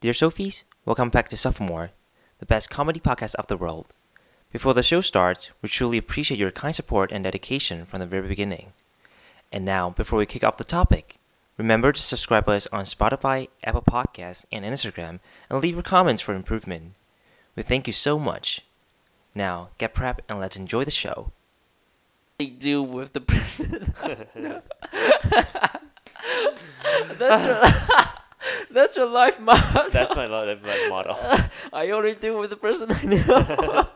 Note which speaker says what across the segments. Speaker 1: Dear Sophies, welcome back to Sophomore, the best comedy podcast of the world. Before the show starts, we truly appreciate your kind support and dedication from the very beginning. And now, before we kick off the topic, remember to subscribe us on Spotify, Apple Podcasts, and Instagram, and leave your comments for improvement. We thank you so much. Now, get prep and let's enjoy the show. They do with the person. That's your, that's your life motto.
Speaker 2: That's my lo- that's my model.
Speaker 1: I only do with the person I know.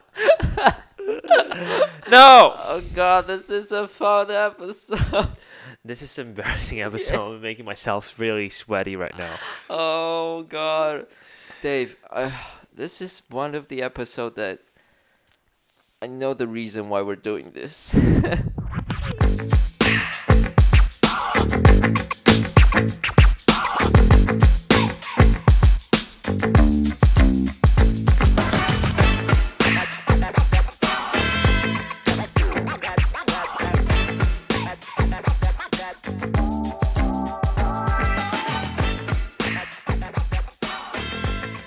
Speaker 2: no!
Speaker 1: oh god, this is a fun episode.
Speaker 2: This is an embarrassing episode. I'm making myself really sweaty right now.
Speaker 1: Oh god, Dave, uh, this is one of the episode that I know the reason why we're doing this.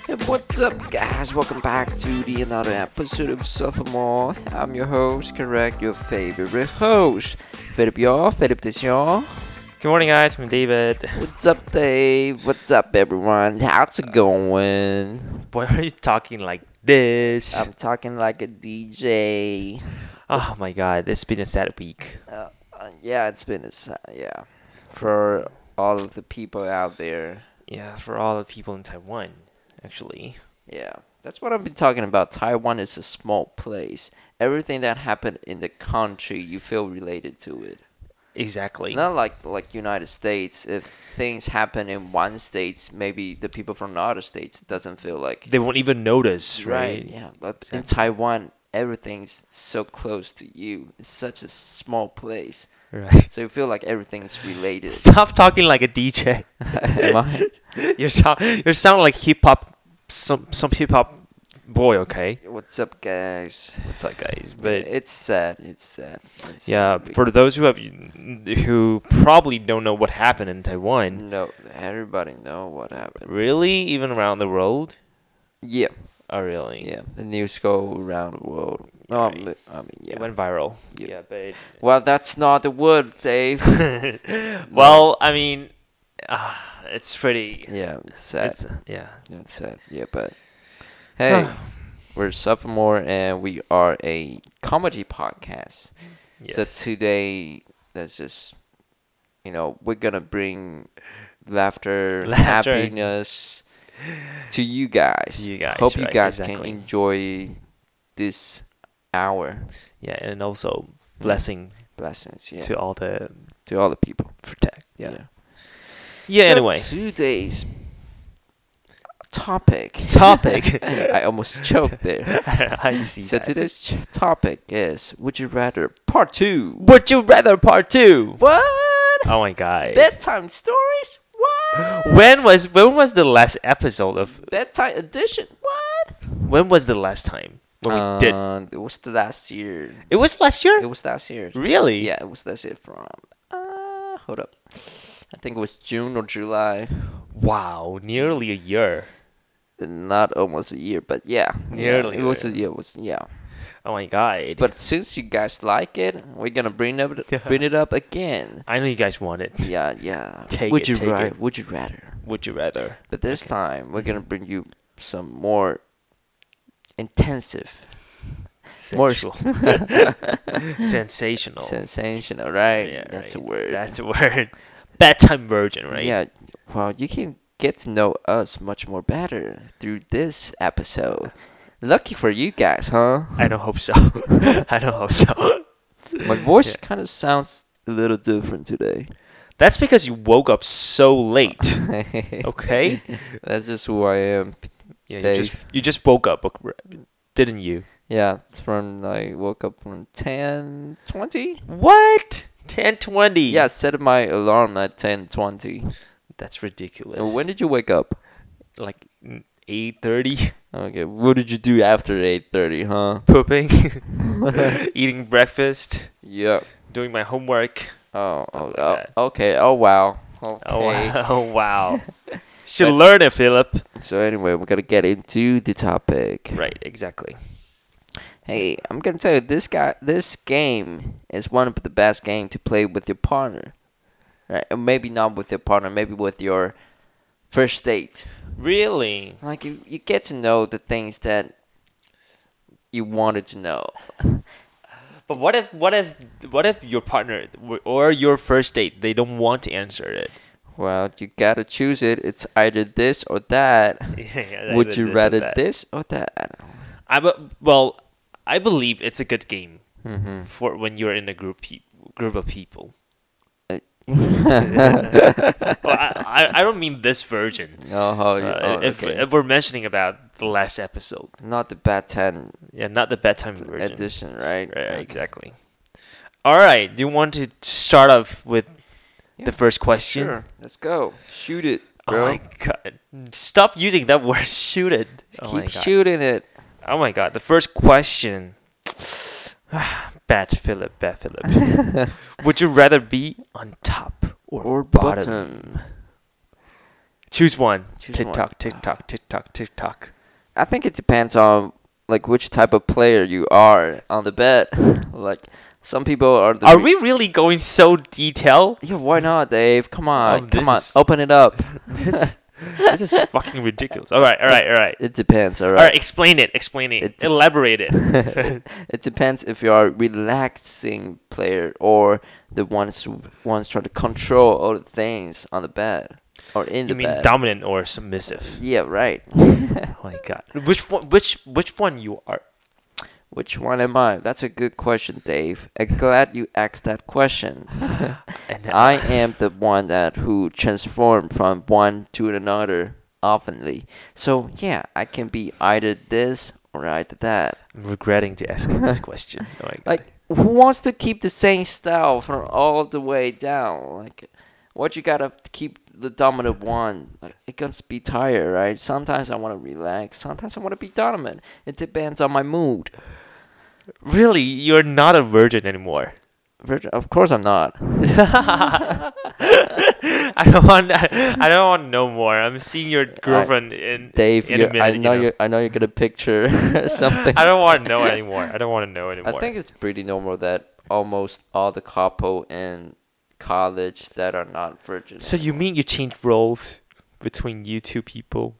Speaker 1: Hey, What's up, guys? Welcome back to the another episode of Sophomore. I'm your host, correct? Your favorite host, Philip Yaw, Philip Deshaw.
Speaker 2: Good morning, guys. I'm David.
Speaker 1: What's up, Dave? What's up, everyone? How's it going?
Speaker 2: Why are you talking like this?
Speaker 1: I'm talking like a DJ.
Speaker 2: oh my god, it's been a sad week.
Speaker 1: Uh, uh, yeah, it's been a s- yeah for all of the people out there.
Speaker 2: Yeah, for all the people in Taiwan, actually.
Speaker 1: Yeah, that's what I've been talking about. Taiwan is a small place. Everything that happened in the country, you feel related to it.
Speaker 2: Exactly.
Speaker 1: Not like like United States. If things happen in one state, maybe the people from the other states doesn't feel like
Speaker 2: They won't even notice, right?
Speaker 1: Yeah, but in Taiwan, everything's so close to you. It's such a small place,
Speaker 2: Right.
Speaker 1: so you feel like everything's related.
Speaker 2: Stop talking like a DJ.
Speaker 1: Am I?
Speaker 2: You're so- you sound like hip hop, some some hip hop boy. Okay,
Speaker 1: What's up, guys?
Speaker 2: it's like guys, but
Speaker 1: it's sad. It's sad. It's
Speaker 2: Yeah,
Speaker 1: sad. We-
Speaker 2: for those who have who probably don't know what happened in Taiwan,
Speaker 1: no, everybody know what happened.
Speaker 2: Mm. really, even around the world,
Speaker 1: Yeah,
Speaker 2: oh really?
Speaker 1: yeah. The news go around the world. Um,
Speaker 2: Right.
Speaker 1: I mean,
Speaker 2: it
Speaker 1: yeah.
Speaker 2: went viral.
Speaker 1: Yeah.
Speaker 2: but
Speaker 1: Well, that's not the word, Dave.
Speaker 2: well, I mean, uh, it's pretty.
Speaker 1: yeah, it's sad.
Speaker 2: It's, yeah,
Speaker 1: That's sad. Yeah, but hey, we're sophomore and we are a comedy podcast.
Speaker 2: yes.
Speaker 1: So today, that's just you know we're gonna bring laughter,
Speaker 2: Laughter.
Speaker 1: happiness to you guys.
Speaker 2: you guys,
Speaker 1: Hope you
Speaker 2: right,
Speaker 1: guys
Speaker 2: exactly.
Speaker 1: can enjoy this hour.
Speaker 2: yeah, and also blessing
Speaker 1: Blessings, yeah,
Speaker 2: to
Speaker 1: to,
Speaker 2: all the
Speaker 1: all the people.
Speaker 2: protect. Yeah, yeah. anyway,
Speaker 1: today's topic.
Speaker 2: topic.
Speaker 1: I almost choked there.
Speaker 2: I see.
Speaker 1: So
Speaker 2: that.
Speaker 1: today's ch- topic is Would You Rather Part 2.
Speaker 2: Would you rather part two?
Speaker 1: What?
Speaker 2: Oh my god.
Speaker 1: Bedtime stories? What?
Speaker 2: when was when was the last episode of
Speaker 1: Bedtime edition? What?
Speaker 2: when was the last time when we did
Speaker 1: Um, It was the last year.
Speaker 2: Uh, it was last year
Speaker 1: It was last year.
Speaker 2: really
Speaker 1: Yeah, it was last year from. Uh, hold up. I think it was June or July.
Speaker 2: wow nearly a year
Speaker 1: Not almost a year, but yeah. yeah,
Speaker 2: Nearly a
Speaker 1: it was a year. It was, yeah.
Speaker 2: oh my god
Speaker 1: But since you guys like it, we're gonna bring up bring it up again.
Speaker 2: i know you guys want it
Speaker 1: Yeah, yeah.
Speaker 2: Take
Speaker 1: would
Speaker 2: it,
Speaker 1: you
Speaker 2: take
Speaker 1: rather?
Speaker 2: it.
Speaker 1: Would you rather?
Speaker 2: would you rather
Speaker 1: But this time, we're gonna bring you some more intensive, More-
Speaker 2: Sensual. sensational
Speaker 1: sensational, right?
Speaker 2: Yeah,
Speaker 1: That's
Speaker 2: right.
Speaker 1: a word.
Speaker 2: that's a word bedtime version right
Speaker 1: Yeah. Well, you can get to know us much more better through this episode. Lucky for you guys, huh?
Speaker 2: i don't hope so i don't hope so
Speaker 1: My voice
Speaker 2: Yeah.
Speaker 1: kind of sounds a little different today.
Speaker 2: that's because you woke up so late okay
Speaker 1: That's just who I am.
Speaker 2: yeah you
Speaker 1: Dave.
Speaker 2: just you just woke up ok- didn't you
Speaker 1: Yeah, it's from I woke up from ten twenty.
Speaker 2: what 1020
Speaker 1: Yeah, I set my alarm at ten twenty.
Speaker 2: that's ridiculous
Speaker 1: And when did you wake up?
Speaker 2: like eight thirty,
Speaker 1: Okay, what did you do after 8:30, huh?
Speaker 2: pooping, eating breakfast,
Speaker 1: Yeah.
Speaker 2: doing my homework.
Speaker 1: Oh, oh,
Speaker 2: like
Speaker 1: oh,
Speaker 2: that.
Speaker 1: okay. Oh wow. Okay.
Speaker 2: Oh wow! Oh wow! should
Speaker 3: But-
Speaker 2: learn it, Philip.
Speaker 1: So anyway, we're gonna get into the topic.
Speaker 2: Right, exactly.
Speaker 1: Hey, I'm gonna tell you this guy. This game is one of the best game to play with your partner. Right? Or maybe not with your partner. Maybe with your first date.
Speaker 2: Really?
Speaker 1: Like you, you get to know the things that you wanted to know.
Speaker 2: But what if what if what if your partner w- or your first date they don't want to answer it?
Speaker 1: Well, you gotta choose it. It's either this or that.
Speaker 2: Yeah,
Speaker 1: Would
Speaker 2: either
Speaker 1: you
Speaker 2: this or
Speaker 1: rather
Speaker 2: that.
Speaker 1: this or that? I don't know.
Speaker 2: I be- well, I believe it's a good game
Speaker 1: Mm-hmm.
Speaker 2: for when you're in a group pe- group of people. Mm-hmm. Well, I, I I don't mean this version.
Speaker 1: oh, oh, you-
Speaker 2: Uh,
Speaker 1: oh,
Speaker 2: if,
Speaker 1: okay.
Speaker 2: if we're mentioning about the last episode,
Speaker 1: not the Bat Ten
Speaker 2: yeah, not the bedtime version.
Speaker 1: edition, right?
Speaker 2: Right,
Speaker 1: Okay.
Speaker 2: exactly. All right, do you want to start off with
Speaker 1: Yeah,
Speaker 2: the first question?
Speaker 1: Sure. Let's go. Shoot it,
Speaker 2: Oh
Speaker 1: bro.
Speaker 2: my god! Stop using that word. Shoot it. oh my
Speaker 1: Keep
Speaker 2: god.
Speaker 1: shooting it.
Speaker 2: Oh my god! The first question. Ah, bad Philip. Bad Philip. Would you rather be on top or,
Speaker 1: Or
Speaker 2: bottom?
Speaker 1: bottom.
Speaker 2: Choose one.
Speaker 1: Choose
Speaker 2: tick
Speaker 1: one. Ah.
Speaker 2: tock, tick tock, tick tock, tick tock.
Speaker 1: I think it depends on like which type of player you are on the bet. like some people are. The
Speaker 2: Are we
Speaker 1: re-
Speaker 2: really going so detail?
Speaker 1: Yeah, why not, Dave? Come on,
Speaker 2: Um, this
Speaker 1: come on,
Speaker 2: is-
Speaker 1: open it up.
Speaker 2: this, this is fucking ridiculous. All right, all right, all right.
Speaker 1: It depends, all
Speaker 2: All
Speaker 1: right.
Speaker 2: right, explain it. Explain it.
Speaker 1: It's-
Speaker 2: Elaborate it.
Speaker 1: it depends if you are a relaxing player or the ones who ones trying to control all the things on the bed or in
Speaker 2: you
Speaker 1: the
Speaker 2: mean
Speaker 1: bed.
Speaker 2: dominant or submissive?
Speaker 1: yeah, right.
Speaker 2: Oh my god. Which one? Which which one you are?
Speaker 1: Which one am I? That's a good question, Dave. I'm glad you asked that question.
Speaker 2: And
Speaker 1: I am the one that who transform from one to another oftenly. So yeah, I can be either this or either that.
Speaker 2: I'm regretting to ask this question. Oh my god.
Speaker 1: Like, who wants to keep the same style from all the way down? Like, what you gotta keep the dominant one? Like, it gets be tired, right? Sometimes I wanna relax. Sometimes I wanna be dominant. It depends on my mood.
Speaker 2: really, you're not a virgin anymore.
Speaker 1: Virgin, of course I'm not.
Speaker 2: I don't want. I, I don't want to know more. I'm seeing your girlfriend in
Speaker 1: Dave,
Speaker 2: in a
Speaker 1: you're,
Speaker 2: minute.
Speaker 1: I
Speaker 2: you
Speaker 1: know you're. I know you're gonna picture something.
Speaker 2: I don't want to know anymore. I don't want to know
Speaker 1: I
Speaker 2: anymore.
Speaker 1: think it's pretty normal that almost all the couple in college that are not virgin
Speaker 2: so. You mean you changed roles between you two people,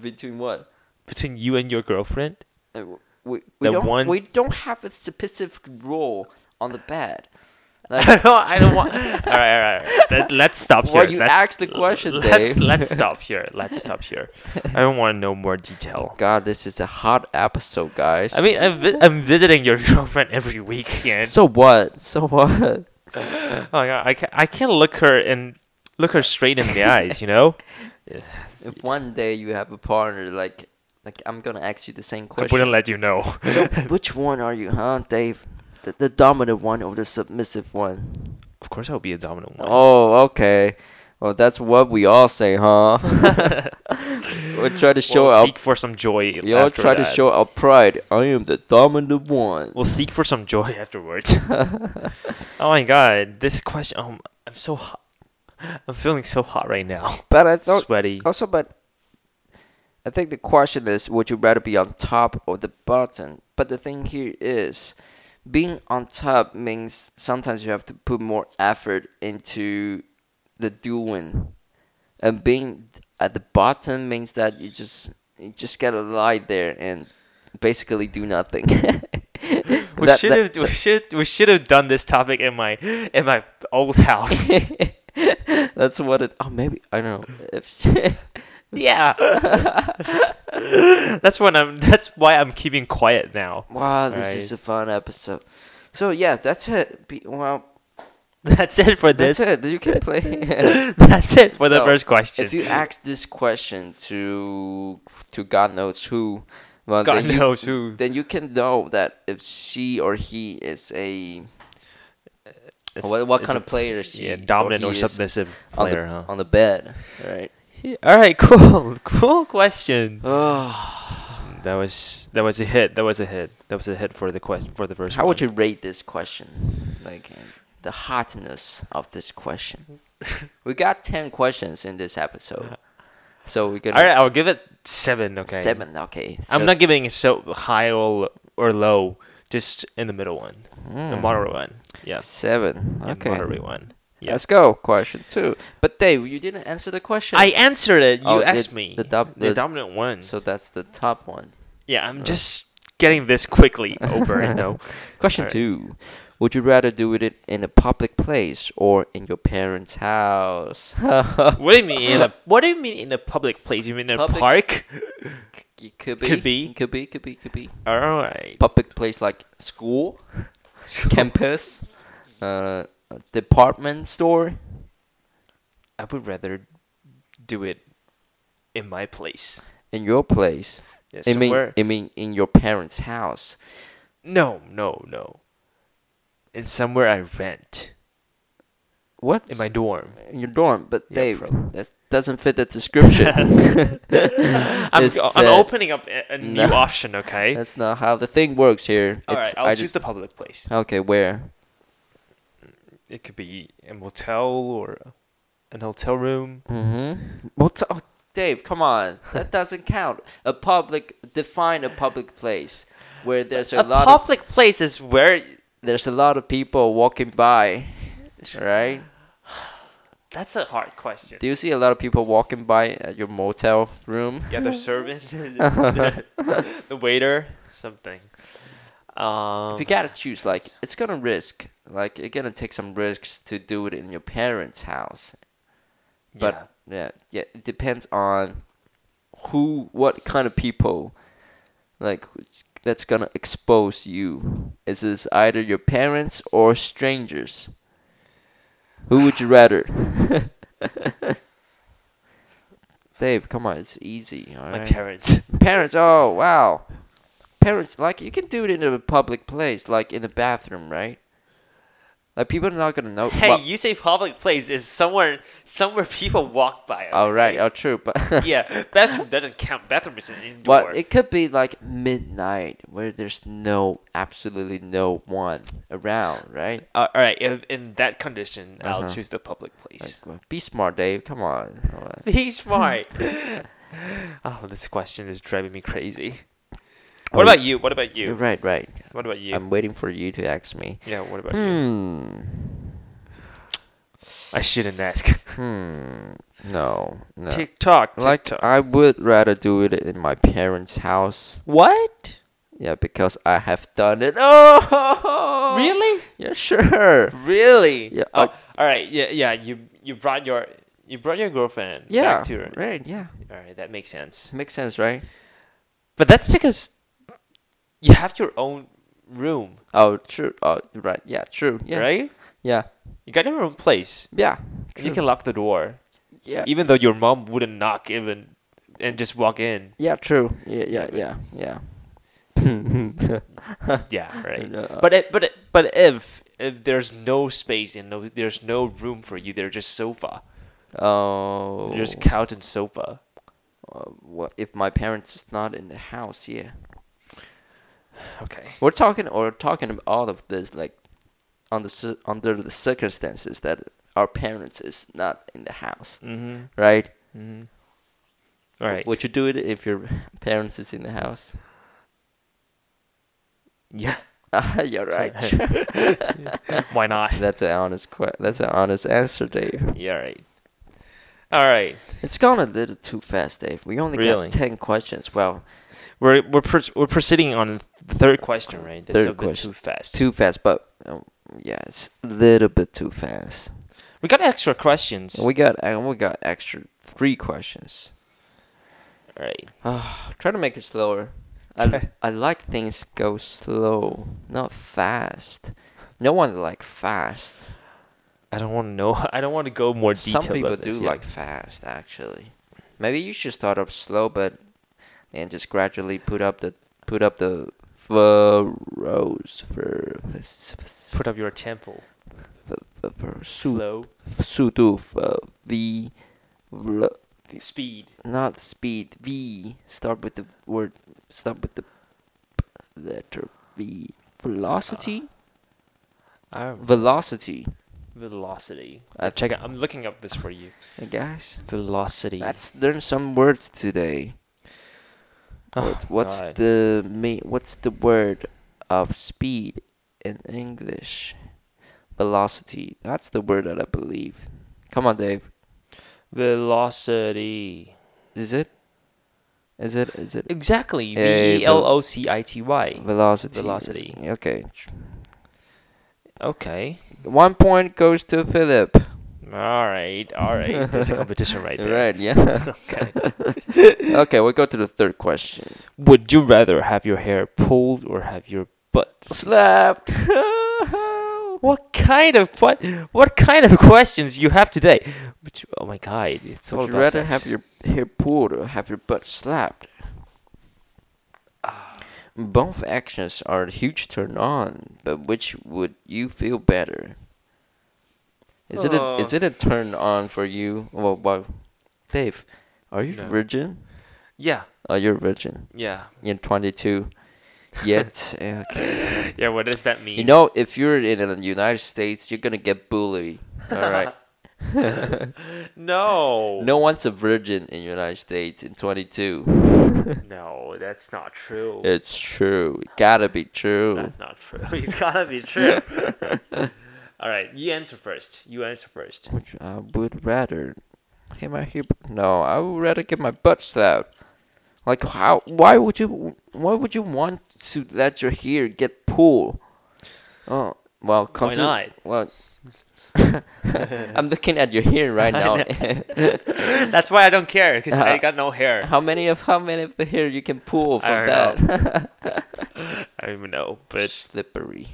Speaker 1: between what?
Speaker 2: between you and your girlfriend?
Speaker 1: Uh, w- we, we
Speaker 2: The
Speaker 1: don't
Speaker 2: one-
Speaker 1: we don't have a specific rule on the bed.
Speaker 2: I
Speaker 1: Like,
Speaker 2: don't. I don't want. all right, all right. all right. Let, let's stop here.
Speaker 1: Well, you
Speaker 2: let's,
Speaker 1: asked the question,
Speaker 2: Let's
Speaker 1: Dave.
Speaker 2: let's stop here. Let's stop here. I don't want to know more detail.
Speaker 1: God, this is a hot episode, guys.
Speaker 2: I mean, I'm, vi- I'm visiting your girlfriend every weekend.
Speaker 1: so what? So what?
Speaker 2: oh my god, I can't, I can't look her and look her straight in the eyes. You know,
Speaker 1: If one day you have a partner, like, like I'm gonna ask you the same
Speaker 2: I
Speaker 1: question.
Speaker 2: wouldn't let you know.
Speaker 1: so, which one are you, huh, Dave? The, the dominant one or the submissive one?
Speaker 2: of course, I'll be a dominant one.
Speaker 1: Oh, okay. Well, that's what we all say, huh? we try to show
Speaker 2: we'll
Speaker 1: our
Speaker 2: seek for some joy.
Speaker 1: we all
Speaker 2: after
Speaker 1: try to
Speaker 2: that.
Speaker 1: show our pride. I am the dominant one.
Speaker 2: We'll seek for some joy afterwards. oh my god, this question. Um, I'm so hot. I'm feeling so hot right now.
Speaker 1: But I thought
Speaker 2: Sweaty.
Speaker 1: also, but I think the question is, would you rather be on top or the bottom? But the thing here is, being on top means sometimes you have to put more effort into the doing, and being at the bottom means that you just you just gotta lie there and basically do nothing.
Speaker 2: We
Speaker 1: That-
Speaker 2: should
Speaker 1: that-
Speaker 2: have we should we should have done this topic in my in my old house.
Speaker 1: that's what it. Oh, maybe I don't know. If,
Speaker 2: yeah. that's when I'm that's why I'm keeping quiet now.
Speaker 1: Wow, this
Speaker 2: Right.
Speaker 1: is a fun episode. So yeah, that's it. Be, well,
Speaker 2: That's it for
Speaker 1: that's
Speaker 2: this.
Speaker 1: it. You can play.
Speaker 2: That's it for the
Speaker 1: So,
Speaker 2: first question.
Speaker 1: if you ask this question to to God knows who, well,
Speaker 2: God
Speaker 1: then you,
Speaker 2: knows who.
Speaker 1: then you can know that if she or he is a
Speaker 2: It's-
Speaker 1: what, what
Speaker 2: it's
Speaker 1: kind
Speaker 2: a-
Speaker 1: of player she
Speaker 2: Yeah, dominant
Speaker 1: he
Speaker 2: or,
Speaker 1: is
Speaker 2: submissive
Speaker 1: on the-
Speaker 2: player, huh?
Speaker 1: on the bed, right?
Speaker 2: Yeah, All right, cool. Cool question.
Speaker 1: Oh,
Speaker 2: That was that was a hit. That was a hit. That was a hit for the question for the first
Speaker 1: how would
Speaker 2: one.
Speaker 1: you rate this question? Like uh, the hotness of this question. we got ten questions in this episode. So we can
Speaker 2: All right, I'll give it seven. Okay.
Speaker 1: seven. Okay.
Speaker 2: I'm
Speaker 1: so-
Speaker 2: not giving it so high or or low. Just in the middle one, the
Speaker 1: Mm,
Speaker 2: moderate one. Yeah.
Speaker 1: seven.
Speaker 2: the
Speaker 1: Okay.
Speaker 2: Moderate one. Yeah.
Speaker 1: Let's go. Question two. But Dave, you didn't answer the question.
Speaker 2: I answered it. You
Speaker 1: Oh, the-
Speaker 2: asked me.
Speaker 1: the dub-
Speaker 2: the
Speaker 1: the-
Speaker 2: dominant one.
Speaker 1: Mm-hmm. So uh. that's the top one.
Speaker 2: Yeah, I'm just getting this quickly over, you know.
Speaker 1: Question
Speaker 2: Alright.
Speaker 1: two. Would you rather do with it in a public place or in your parents' house?
Speaker 2: What do you mean in a what do you mean in a public place? You mean in a
Speaker 1: Public-
Speaker 2: park?
Speaker 1: It could
Speaker 2: Could be.
Speaker 1: Could be. Could be. Could be.
Speaker 2: Alright.
Speaker 1: Public place like school, campus, uh, a department store.
Speaker 2: I would rather do it in my place.
Speaker 1: In your place.
Speaker 2: Yeah,
Speaker 1: I mean,
Speaker 2: somewhere-
Speaker 1: I mean, in your parents' house.
Speaker 2: no, no, no. In somewhere I rent.
Speaker 1: What?
Speaker 2: In my dorm.
Speaker 1: in your dorm, but
Speaker 2: Yeah,
Speaker 1: Dave,
Speaker 2: probably.
Speaker 1: that doesn't fit the description. uh,
Speaker 2: I'm,
Speaker 1: It
Speaker 2: I'm
Speaker 1: said-
Speaker 2: opening up a, a new
Speaker 1: No.
Speaker 2: option, okay?
Speaker 1: That's not how the thing works here.
Speaker 2: Alright,
Speaker 1: It's-
Speaker 2: I'll
Speaker 1: I
Speaker 2: choose
Speaker 1: just-
Speaker 2: the public place.
Speaker 1: Okay, where?
Speaker 2: It could be a motel or an hotel room.
Speaker 1: Mm-hmm. What? oh, Dave, come on, that doesn't count. A public define a public place where there's a,
Speaker 2: a
Speaker 1: lot of
Speaker 2: public place is where
Speaker 1: there's a lot of people walking by, right?
Speaker 2: that's a hard question.
Speaker 1: Do you see a lot of people walking by at your motel room?
Speaker 2: Yeah, the servant, the the waiter, something. Um,
Speaker 1: If you gotta choose, like it's gonna risk, like you're gonna take some risks to do it in your parents' house. But yeah. yeah, it depends on who, what kind of people, like who's- that's gonna expose you. Is this either your parents or strangers? Who would you rather? Dave, come on, it's easy.
Speaker 2: yeah,
Speaker 1: All
Speaker 2: my
Speaker 1: right?
Speaker 2: parents.
Speaker 1: parents. Oh wow, parents. Like you can do it in a public place, like in the bathroom, right? Like people are not gonna know.
Speaker 2: Hey,
Speaker 1: well,
Speaker 2: you say public place is somewhere somewhere people walk by.
Speaker 1: all right,
Speaker 2: okay?
Speaker 1: oh true, but
Speaker 2: yeah, bathroom doesn't count. Bathroom is an indoor.
Speaker 1: Well, it could be like midnight where there's no, absolutely no one around, right?
Speaker 2: Uh, all right, if, in that condition, I'll
Speaker 1: Uh-huh.
Speaker 2: choose the public place.
Speaker 1: Like, well, be smart, Dave. Come on. Come on.
Speaker 2: He's smart. oh, this question is driving me crazy.
Speaker 1: Oh,
Speaker 2: What
Speaker 1: y-
Speaker 2: about you? What about you?
Speaker 1: Right, right.
Speaker 2: What about you?
Speaker 1: I'm waiting for you to ask me.
Speaker 2: yeah, what about you?
Speaker 1: Hmm.
Speaker 2: I shouldn't ask.
Speaker 1: Hmm. No. No.
Speaker 2: TikTok,
Speaker 1: Like
Speaker 2: TikTok.
Speaker 1: I would rather do it in my parents' house.
Speaker 2: what?
Speaker 1: Yeah, because I have done it. Oh.
Speaker 2: Really?
Speaker 1: Yeah, sure.
Speaker 2: Really?
Speaker 1: Yeah,
Speaker 2: Oh,
Speaker 1: like-
Speaker 2: all right. Yeah, yeah. You you brought your you brought your girlfriend
Speaker 1: Yeah.
Speaker 2: back to her.
Speaker 1: Right. Yeah.
Speaker 2: All right, that makes sense.
Speaker 1: Makes sense, right?
Speaker 2: But that's because you have your own room,
Speaker 1: Oh, true. Oh, right. Yeah, true. Yeah.
Speaker 2: right?
Speaker 1: Yeah.
Speaker 2: You got your own place.
Speaker 1: Yeah.
Speaker 2: And you can lock the door,
Speaker 1: Yeah.
Speaker 2: even though your mom wouldn't knock even and just walk in.
Speaker 1: Yeah, true. Yeah, yeah, yeah, yeah.
Speaker 2: Yeah, right.
Speaker 1: Yeah.
Speaker 2: But it, but it, but if if there's no space and no there's no room for you, there's just sofa.
Speaker 1: Oh.
Speaker 2: There's couch and sofa.
Speaker 1: uh, what if my parents is not in the house? Yeah.
Speaker 2: Okay.
Speaker 1: We're talking or talking about all of this like on the cir- under the circumstances that our parents is not in the house,
Speaker 2: Mm-hmm.
Speaker 1: right?
Speaker 2: Mm-hmm. All right.
Speaker 1: Would you do it if your parents is in the house?
Speaker 2: yeah.
Speaker 1: You're right.
Speaker 2: Why not?
Speaker 1: that's an honest que- That's an honest answer, Dave.
Speaker 2: Yeah, right. All right.
Speaker 1: It's gone a little too fast, Dave. We only
Speaker 2: Really?
Speaker 1: got ten questions. Well,
Speaker 2: We're we're pro- we're proceeding on the third question, right? That's a
Speaker 1: Third
Speaker 2: bit
Speaker 1: question.
Speaker 2: too fast.
Speaker 1: too fast, but um, yeah, it's a little bit too fast.
Speaker 2: We got extra questions.
Speaker 1: And we got and we got extra three questions.
Speaker 2: All right.
Speaker 1: Ah, try to make it slower. I, I like things go slow, not fast. No one like fast.
Speaker 2: I don't want to know. I don't want to go more detail.
Speaker 1: Some people
Speaker 2: about
Speaker 1: do
Speaker 2: this, yeah.
Speaker 1: like fast, actually. Maybe you should start up slow, but and just gradually put up the put up the furrows for
Speaker 2: put up your temple
Speaker 1: for su
Speaker 2: flow
Speaker 1: sudo for v vlo-
Speaker 2: speed.
Speaker 1: not speed v start with the word start with the p- letter v velocity
Speaker 2: I don't-
Speaker 1: velocity Uh,
Speaker 2: Velocity.
Speaker 1: I
Speaker 2: Check it. I'm looking up this for you.
Speaker 1: Hey guys,
Speaker 2: Velocity.
Speaker 1: let's learn some words today.
Speaker 2: Oh,
Speaker 1: What- what's
Speaker 2: God.
Speaker 1: the me? What's the word of speed in English? Velocity. That's the word that I believe. Come on, Dave.
Speaker 2: velocity.
Speaker 1: Is it? Is it? Is it?
Speaker 2: Exactly. V e
Speaker 1: Eh,
Speaker 2: l o c i t y.
Speaker 1: Velocity.
Speaker 2: velocity.
Speaker 1: Okay.
Speaker 2: Okay.
Speaker 1: One point goes to Philip.
Speaker 2: All right. All right. There's a competition right there.
Speaker 1: Right. Yeah.
Speaker 2: Okay.
Speaker 1: okay. We go to the third question.
Speaker 2: Would you rather have your hair pulled or have your butt slapped? what kind of what? What kind of questions you have today? Would you- oh my god! It's all
Speaker 1: Would you
Speaker 2: about
Speaker 1: rather
Speaker 2: sex.
Speaker 1: have your hair pulled or have your butt slapped? Both actions are a huge turn on, but which would you feel better? Is it a
Speaker 2: Uh.
Speaker 1: is it a turn on for you? Well, well Dave, are you
Speaker 2: No.
Speaker 1: virgin?
Speaker 2: Yeah.
Speaker 1: Oh, you're virgin.
Speaker 2: Yeah.
Speaker 1: You're 22 yet. eh, okay.
Speaker 2: Yeah. What does that mean?
Speaker 1: You know, if you're in the United States, you're gonna get bullied. All right.
Speaker 2: no.
Speaker 1: No one's a virgin in the United States in 22.
Speaker 2: No, that's not true.
Speaker 1: It's true. It gotta be true.
Speaker 2: That's not true. It's gotta be true. All right, you answer first. You answer first.
Speaker 1: Which I would rather. Hey, my hip. No, I would rather get my butt slapped. Like how? Why would you? Why would you want to let your hair get pulled? Oh, well, consider,
Speaker 2: not?
Speaker 1: Well, I'm looking at your hair right now.
Speaker 2: That's why I don't care because I
Speaker 1: Uh,
Speaker 2: got no hair.
Speaker 1: how many of how many of the hair you can pull
Speaker 2: I
Speaker 1: from that?
Speaker 2: don't I don't even know, but
Speaker 1: slippery.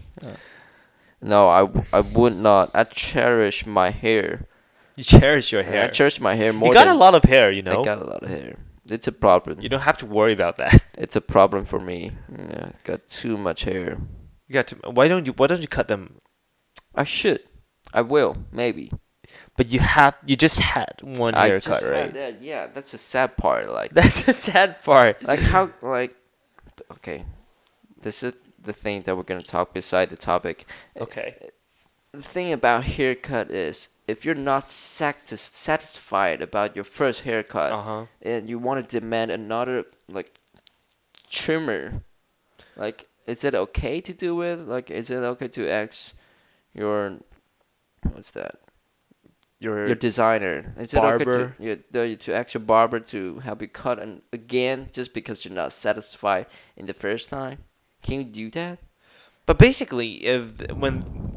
Speaker 1: No, I, w- I would not. I cherish my hair.
Speaker 2: you cherish your
Speaker 1: I
Speaker 2: hair.
Speaker 1: cherish my hair more
Speaker 2: You got
Speaker 1: than
Speaker 2: a lot of hair, you
Speaker 1: I
Speaker 2: know.
Speaker 1: got a lot of hair. It's a problem.
Speaker 2: You don't have to worry about that.
Speaker 1: It's a problem for me. Yeah, I got too much hair.
Speaker 2: You got to. Why don't you? Why don't you cut them?
Speaker 1: I should. I will. Maybe.
Speaker 2: But you have. You just had one
Speaker 1: I
Speaker 2: haircut,
Speaker 1: just had
Speaker 2: right?
Speaker 1: that- Yeah, that's the sad part. Like,
Speaker 2: That's the sad part.
Speaker 1: like how? Like, okay. This is the thing that we're gonna talk beside the topic.
Speaker 2: Okay.
Speaker 1: the thing about haircut is if you're not satis- satisfied about your first haircut
Speaker 2: Uh-huh.
Speaker 1: and you want to demand another like trimmer like is it okay to do it like is it okay to ask your what's that
Speaker 2: Your
Speaker 1: your designer is
Speaker 2: Er, barber.
Speaker 1: it okay to, your, to ask your barber to help you cut an, again just because you're not satisfied in the first time can you do that
Speaker 2: But basically, if th- when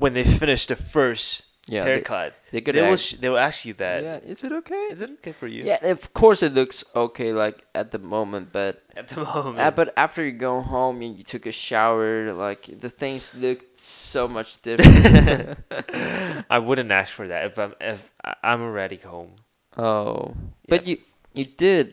Speaker 2: when they finish the first
Speaker 1: Yeah, they-
Speaker 2: haircut, they,
Speaker 1: they could
Speaker 2: will
Speaker 1: act-
Speaker 2: sh- they will ask you that.
Speaker 1: yeah is it okay
Speaker 2: Is it okay for you?
Speaker 1: Yeah, of course it looks okay like at the moment, but
Speaker 2: At the moment.
Speaker 1: uh, but after you go home and you took a shower, like the things look so much different.
Speaker 2: I wouldn't ask for that if I'm if I- I'm already home.
Speaker 1: oh, but you you did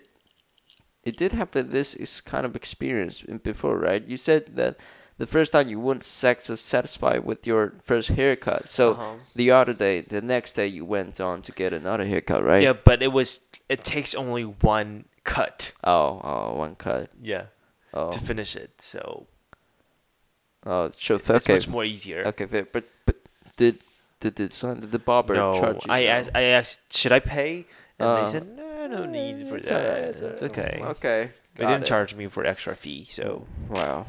Speaker 1: you did have the, this is kind of experience in- before, right? You said that the first time you weren't sex satisfied with your first haircut, so
Speaker 2: Uh-huh.
Speaker 1: the other day, the next day, you went on to get another haircut, right?
Speaker 2: Yeah, but it was it takes only one cut.
Speaker 1: Oh, oh, one cut.
Speaker 2: Yeah.
Speaker 1: Oh,
Speaker 2: To finish it, so
Speaker 1: oh, sure.
Speaker 2: it's
Speaker 1: okay.
Speaker 2: much more easier.
Speaker 1: Okay, fair. But but did did the son did the barber
Speaker 2: no,
Speaker 1: charge you?
Speaker 2: I
Speaker 1: No.
Speaker 2: asked. I asked, should I pay? And
Speaker 1: Uh,
Speaker 2: they said, no, no need for
Speaker 1: It's
Speaker 2: that.
Speaker 1: alright,
Speaker 2: it's,
Speaker 1: alright.
Speaker 2: okay.
Speaker 1: Okay.
Speaker 2: They
Speaker 1: got
Speaker 2: didn't
Speaker 1: it.
Speaker 2: charge me for extra fee, so
Speaker 1: Wow,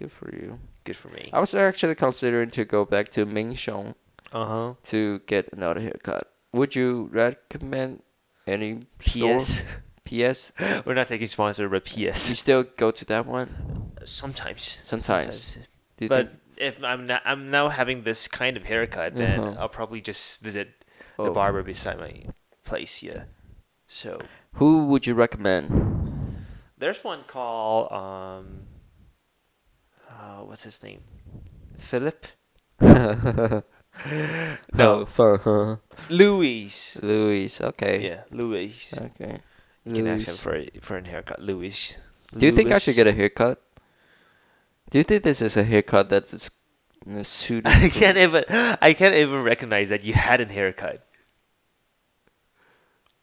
Speaker 1: good for you.
Speaker 2: good for me.
Speaker 1: I was actually considering to go back to Mingxiong
Speaker 2: Uh huh.
Speaker 1: to get another haircut. Would you recommend any store?
Speaker 2: P.S.
Speaker 1: PS.
Speaker 2: We're not taking sponsor, but
Speaker 1: You
Speaker 2: P.S.
Speaker 1: still go to that one
Speaker 2: Sometimes.
Speaker 1: sometimes. Do you
Speaker 2: But if
Speaker 1: think-
Speaker 2: I'm not, I'm now having this kind of haircut, then
Speaker 1: Uh-huh.
Speaker 2: I'll probably just visit
Speaker 1: Oh.
Speaker 2: the barber beside my place. Yeah. So
Speaker 1: who would you recommend?
Speaker 2: there's one called um. Uh, what's his name? Philip.
Speaker 1: no, for Oh, huh?
Speaker 2: Louis.
Speaker 1: Louis. Okay.
Speaker 2: Yeah, Louis.
Speaker 1: Okay.
Speaker 2: You can ask him
Speaker 1: Louis.
Speaker 2: for a, for an haircut, Louis.
Speaker 1: Do you think I should get
Speaker 2: it?
Speaker 1: a haircut? Do you think this is a haircut that is uh, suited?
Speaker 2: I
Speaker 1: for-
Speaker 2: can't even. I can't even recognize that you had an haircut.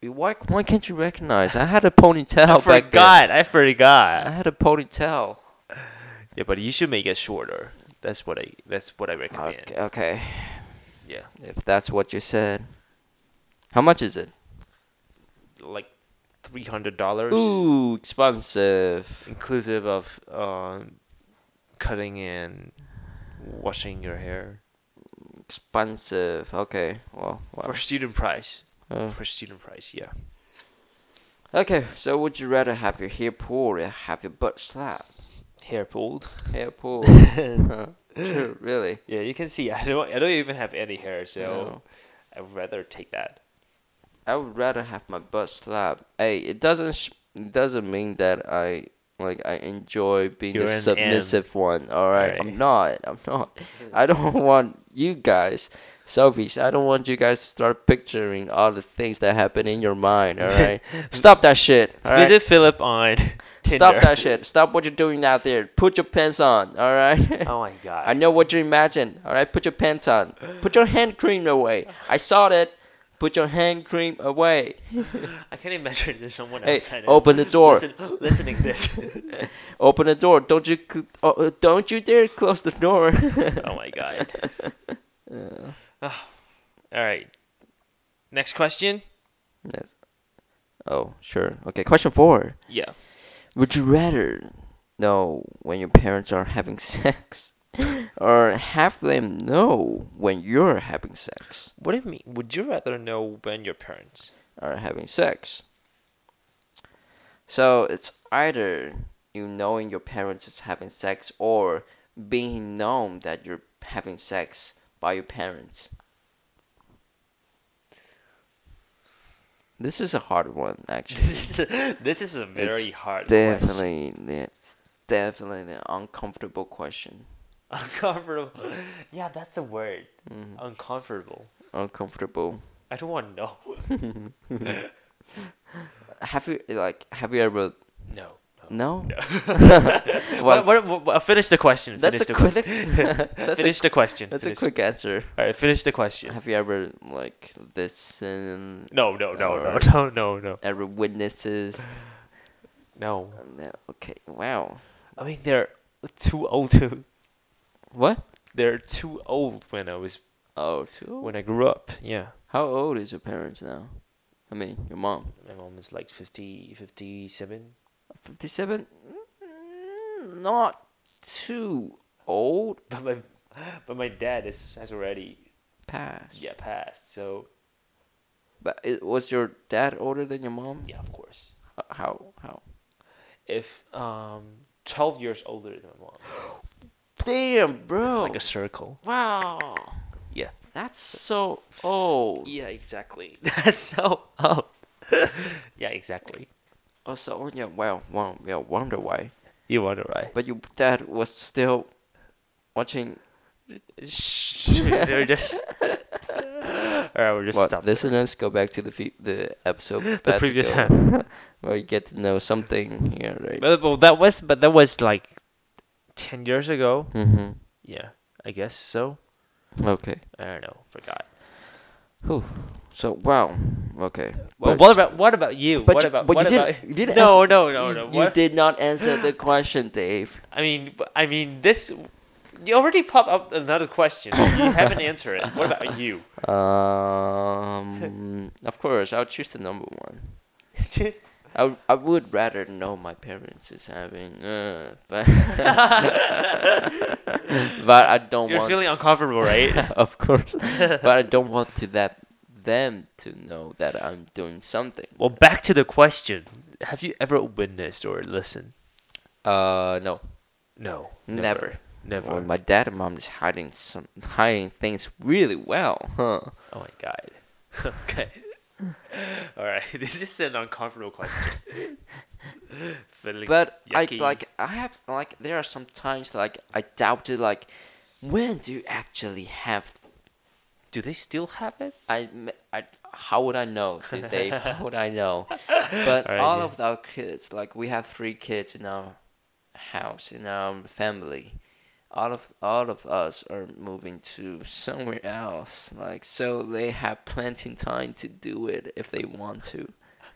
Speaker 1: Why, why can't you recognize? I had a ponytail
Speaker 2: I
Speaker 1: Oh, back then.
Speaker 2: forgot. I
Speaker 1: I
Speaker 2: forgot.
Speaker 1: had a ponytail.
Speaker 2: Yeah, but you should make it shorter. That's what I. That's what I recommend.
Speaker 1: Okay. okay.
Speaker 2: Yeah.
Speaker 1: If that's what you said. How much is it?
Speaker 2: Like three hundred dollars.
Speaker 1: Ooh, expensive.
Speaker 2: inclusive of um, cutting and washing your hair
Speaker 1: Expensive. Okay. Well,
Speaker 2: for
Speaker 1: wow.
Speaker 2: student price.
Speaker 1: Uh,
Speaker 2: For student price, yeah.
Speaker 1: okay. So, would you rather have your hair pulled or have your butt slapped?
Speaker 2: Hair pulled.
Speaker 1: Hair pulled. True, really.
Speaker 2: Yeah, you can see I don't. I don't even have any hair, so I'd rather take that.
Speaker 1: I would rather have my butt slapped. Hey, it doesn't sh- it doesn't mean that I like I enjoy being
Speaker 2: You're an
Speaker 1: the
Speaker 2: M.
Speaker 1: submissive one. All right,
Speaker 2: Right.
Speaker 1: I'm not. I'm not. I don't want you guys selfish. I don't want you guys to start picturing all the things that happen in your mind. All right, stop that shit. All right.
Speaker 2: Visit Philip on Tinder.
Speaker 1: Stop that shit. Stop what you're doing out there. Put your pants on, all right?
Speaker 2: Oh my god.
Speaker 1: I know what you imagine. All right, put your pants on. Put your hand cream away. I saw it. Put your hand cream away.
Speaker 2: I can't imagine there's someone
Speaker 1: Hey,
Speaker 2: outside
Speaker 1: open the door.
Speaker 2: listen, listening this.
Speaker 1: Open the door. Don't you cl- oh, uh, don't you dare close the door.
Speaker 2: oh my god. Ah, all right. Next question.
Speaker 1: Yes. Oh, sure. Okay, question 4.
Speaker 2: Yeah.
Speaker 1: Would you rather know when your parents are having sex or have them know when you're having sex
Speaker 2: What do you mean? Would you rather know when your parents?
Speaker 1: or having sex? So, it's either you knowing your parents is having sex or being known that you're having sex by your parents. This is a hard one, actually.
Speaker 2: this is- this is a very
Speaker 1: It's
Speaker 2: hard question.
Speaker 1: Definitely, it's definitely an uncomfortable question.
Speaker 2: uncomfortable yeah that's a word
Speaker 1: Mm-hmm.
Speaker 2: uncomfortable
Speaker 1: Uncomfortable.
Speaker 2: i don't want to know
Speaker 1: Have you like have you ever
Speaker 2: no
Speaker 1: no?
Speaker 2: well, what, what, what- finish the question
Speaker 1: That's
Speaker 2: finish
Speaker 1: a
Speaker 2: the
Speaker 1: quick.
Speaker 2: question.
Speaker 1: that's
Speaker 2: finish the question
Speaker 1: a, that's a
Speaker 2: finish-
Speaker 1: quick answer.
Speaker 2: all right finish the question
Speaker 1: Have you ever like this and
Speaker 2: no no no no
Speaker 1: Alright.
Speaker 2: no no no
Speaker 1: ever witnesses?
Speaker 2: no
Speaker 1: Um, yeah, Okay. Wow.
Speaker 2: i mean they're too old to
Speaker 1: What?
Speaker 2: they're too old when i was
Speaker 1: Oh, too. old?
Speaker 2: when i grew up yeah
Speaker 1: How old is your parents now? I mean, your mom.
Speaker 2: my mom is like 50 57
Speaker 1: Fifty-seven. Mm, Not too old.
Speaker 2: but my but my dad is, has already
Speaker 1: Past.
Speaker 2: yeah passed so
Speaker 1: But it, was your dad older than your mom?
Speaker 2: yeah of course
Speaker 1: H- How? How?
Speaker 2: if um 12 years older than my mom.
Speaker 1: Damn,
Speaker 2: It's
Speaker 1: bro.
Speaker 2: like a circle.
Speaker 1: wow.
Speaker 2: Yeah.
Speaker 1: That's so old.
Speaker 2: Yeah, exactly. That's so oh. yeah, exactly.
Speaker 1: Oh, so yeah. Well, well, yeah. Wonder why.
Speaker 2: You wonder why.
Speaker 1: But your dad was still watching.
Speaker 2: Shh. They're just All right, we're just
Speaker 1: Well,
Speaker 2: stop. there.
Speaker 1: listeners, go back to the fe- the episode
Speaker 2: the previous
Speaker 1: time
Speaker 2: time.
Speaker 1: where you get to know something. Yeah, right.
Speaker 2: But well, that was but that was like 10 years ago.
Speaker 1: mm-hmm.
Speaker 2: Yeah, I guess so.
Speaker 1: Okay.
Speaker 2: I don't know. Forgot.
Speaker 1: Whew. So wow. Okay.
Speaker 2: Well,
Speaker 1: But-
Speaker 2: what about what about you?
Speaker 1: But
Speaker 2: what
Speaker 1: you-
Speaker 2: about
Speaker 1: but
Speaker 2: what
Speaker 1: you
Speaker 2: about
Speaker 1: didn't- you didn't
Speaker 2: No,
Speaker 1: answer-
Speaker 2: no, no,
Speaker 1: you-
Speaker 2: no.
Speaker 1: You
Speaker 2: What-
Speaker 1: did not answer the question, Dave.
Speaker 2: I mean, b- I mean, this. You already pop up another question. You haven't answered it. What about you?
Speaker 1: Um, of course, I'll choose the number one.
Speaker 2: Just-
Speaker 1: I, w- I would rather know my parents is having, uh, but but I don't
Speaker 2: you're
Speaker 1: want.
Speaker 2: feeling uncomfortable, right?
Speaker 1: of course, but I don't want to that them to know that I'm doing something.
Speaker 2: well, back to the question. Have you ever witnessed or listened?
Speaker 1: Uh, no,
Speaker 2: No,
Speaker 1: never.
Speaker 2: never.
Speaker 1: Well, my dad and mom is hiding some hiding things really well, huh?
Speaker 2: oh my god. okay. All right. This is an uncomfortable question. Feeling
Speaker 1: But I
Speaker 2: yucky.
Speaker 1: like I have like there are some times like I doubted like when do you actually have
Speaker 2: do they still have it?
Speaker 1: I, m- I how would I know dude, Dave how would I know but
Speaker 2: Alright,
Speaker 1: all
Speaker 2: yeah.
Speaker 1: of our kids like we have three kids in our house in our family all of all of us are moving to somewhere else like so they have plenty time to do it if they want to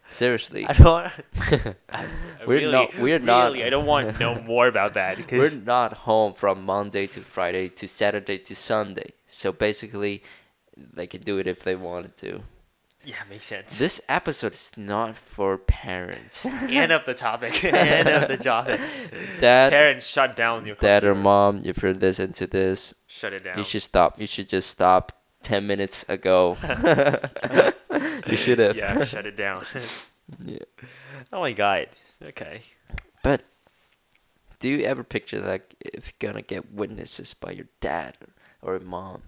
Speaker 1: seriously
Speaker 2: I don't. I, I
Speaker 1: We're
Speaker 2: really-
Speaker 1: not- we're not-
Speaker 2: Really, I don't want to know more about that
Speaker 1: We're
Speaker 2: because
Speaker 1: not home from Monday to Friday to Saturday to Sunday. So basically, they could do it if they wanted to.
Speaker 2: Yeah, makes sense.
Speaker 1: This episode is not for parents.
Speaker 2: End of the topic. End of the topic.
Speaker 1: Dad,
Speaker 2: Parents, shut down your
Speaker 1: dad or
Speaker 2: computer.
Speaker 1: mom, if you're listening to this,
Speaker 2: Shut it down.
Speaker 1: you should stop. You should just stop ten minutes ago. you should have.
Speaker 2: Yeah, shut it down.
Speaker 1: Yeah.
Speaker 2: oh my god. Okay.
Speaker 1: But do you ever picture that if you're gonna get witnesses by your dad or, or mom?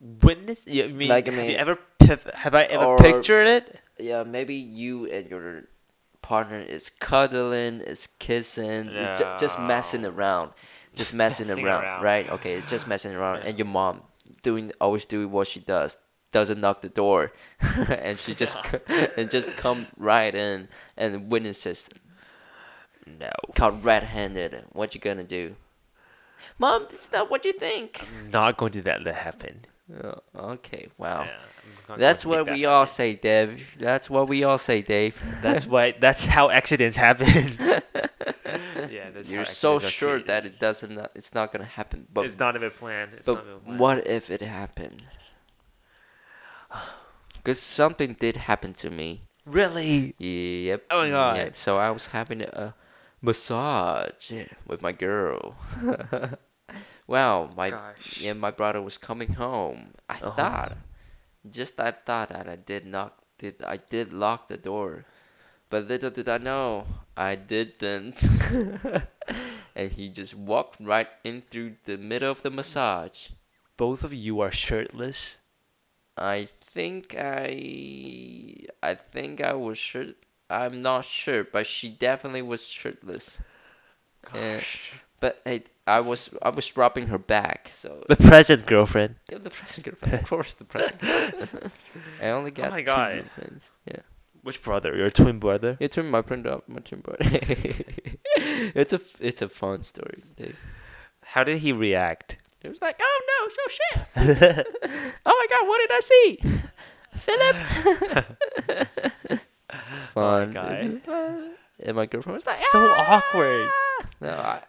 Speaker 2: Witness. Yeah, I mean,
Speaker 1: Like, I
Speaker 2: have
Speaker 1: mean-
Speaker 2: you ever piv- have I ever
Speaker 1: Or-
Speaker 2: pictured it?
Speaker 1: Yeah, maybe you and your partner is cuddling, is kissing, is ju- just messing
Speaker 2: No.
Speaker 1: around, just messing
Speaker 2: Messing
Speaker 1: around,
Speaker 2: around.
Speaker 1: right? Okay, it's just messing around,
Speaker 2: Yeah.
Speaker 1: and your mom doing always doing what she does, doesn't knock the door, and she just c- and just come right in and witnesses
Speaker 2: No.
Speaker 1: caught red-handed. What you gonna do? Mom, it's not what you think.
Speaker 2: I'm not going to let that happen.
Speaker 1: Oh, okay, wow.
Speaker 2: Um, Yeah, I'm not going
Speaker 1: That's
Speaker 2: to make
Speaker 1: what
Speaker 2: that
Speaker 1: we
Speaker 2: happen.
Speaker 1: all say, Dave. That's what we all say, Dave.
Speaker 2: That's why. That's how accidents happen. yeah, that's
Speaker 1: You're so sure that it doesn't. Not, it's not gonna happen. But
Speaker 2: it's not even planned. It's not even
Speaker 1: but
Speaker 2: planned.
Speaker 1: what if it happened? Because something did happen to me.
Speaker 2: Really?
Speaker 1: Yep.
Speaker 2: Oh my God.
Speaker 1: yep. So I was having a massage with my girl. wow, my
Speaker 2: Gosh.
Speaker 1: yeah, my brother was coming home. I
Speaker 2: Uh-huh.
Speaker 1: thought, just I thought that I did knock, did I did lock the door, but little did I know I didn't. and he just walked right in through the middle of the massage.
Speaker 2: Both of you are shirtless.
Speaker 1: I think I I think I was shirt I'm not sure, but she definitely was shirtless. Yeah.
Speaker 2: Gosh.
Speaker 1: But hey, I was I was rubbing her back, so
Speaker 2: The present girlfriend.
Speaker 1: yeah, the present girlfriend, of course, the present. girlfriend. I only got
Speaker 2: Oh my
Speaker 1: two
Speaker 2: God.
Speaker 1: girlfriends. Yeah,
Speaker 2: Which brother? Your twin brother?
Speaker 1: you turn my friend up, my twin brother. it's a it's a fun story. Dude.
Speaker 2: How did he react?
Speaker 1: It was like, oh no, so shit. oh my god, what did I see? Philip.
Speaker 2: Oh my
Speaker 1: Fun.
Speaker 2: God.
Speaker 1: It's fun. And my girlfriend was like,
Speaker 2: So
Speaker 1: "Ah!"
Speaker 2: awkward.
Speaker 1: No, I,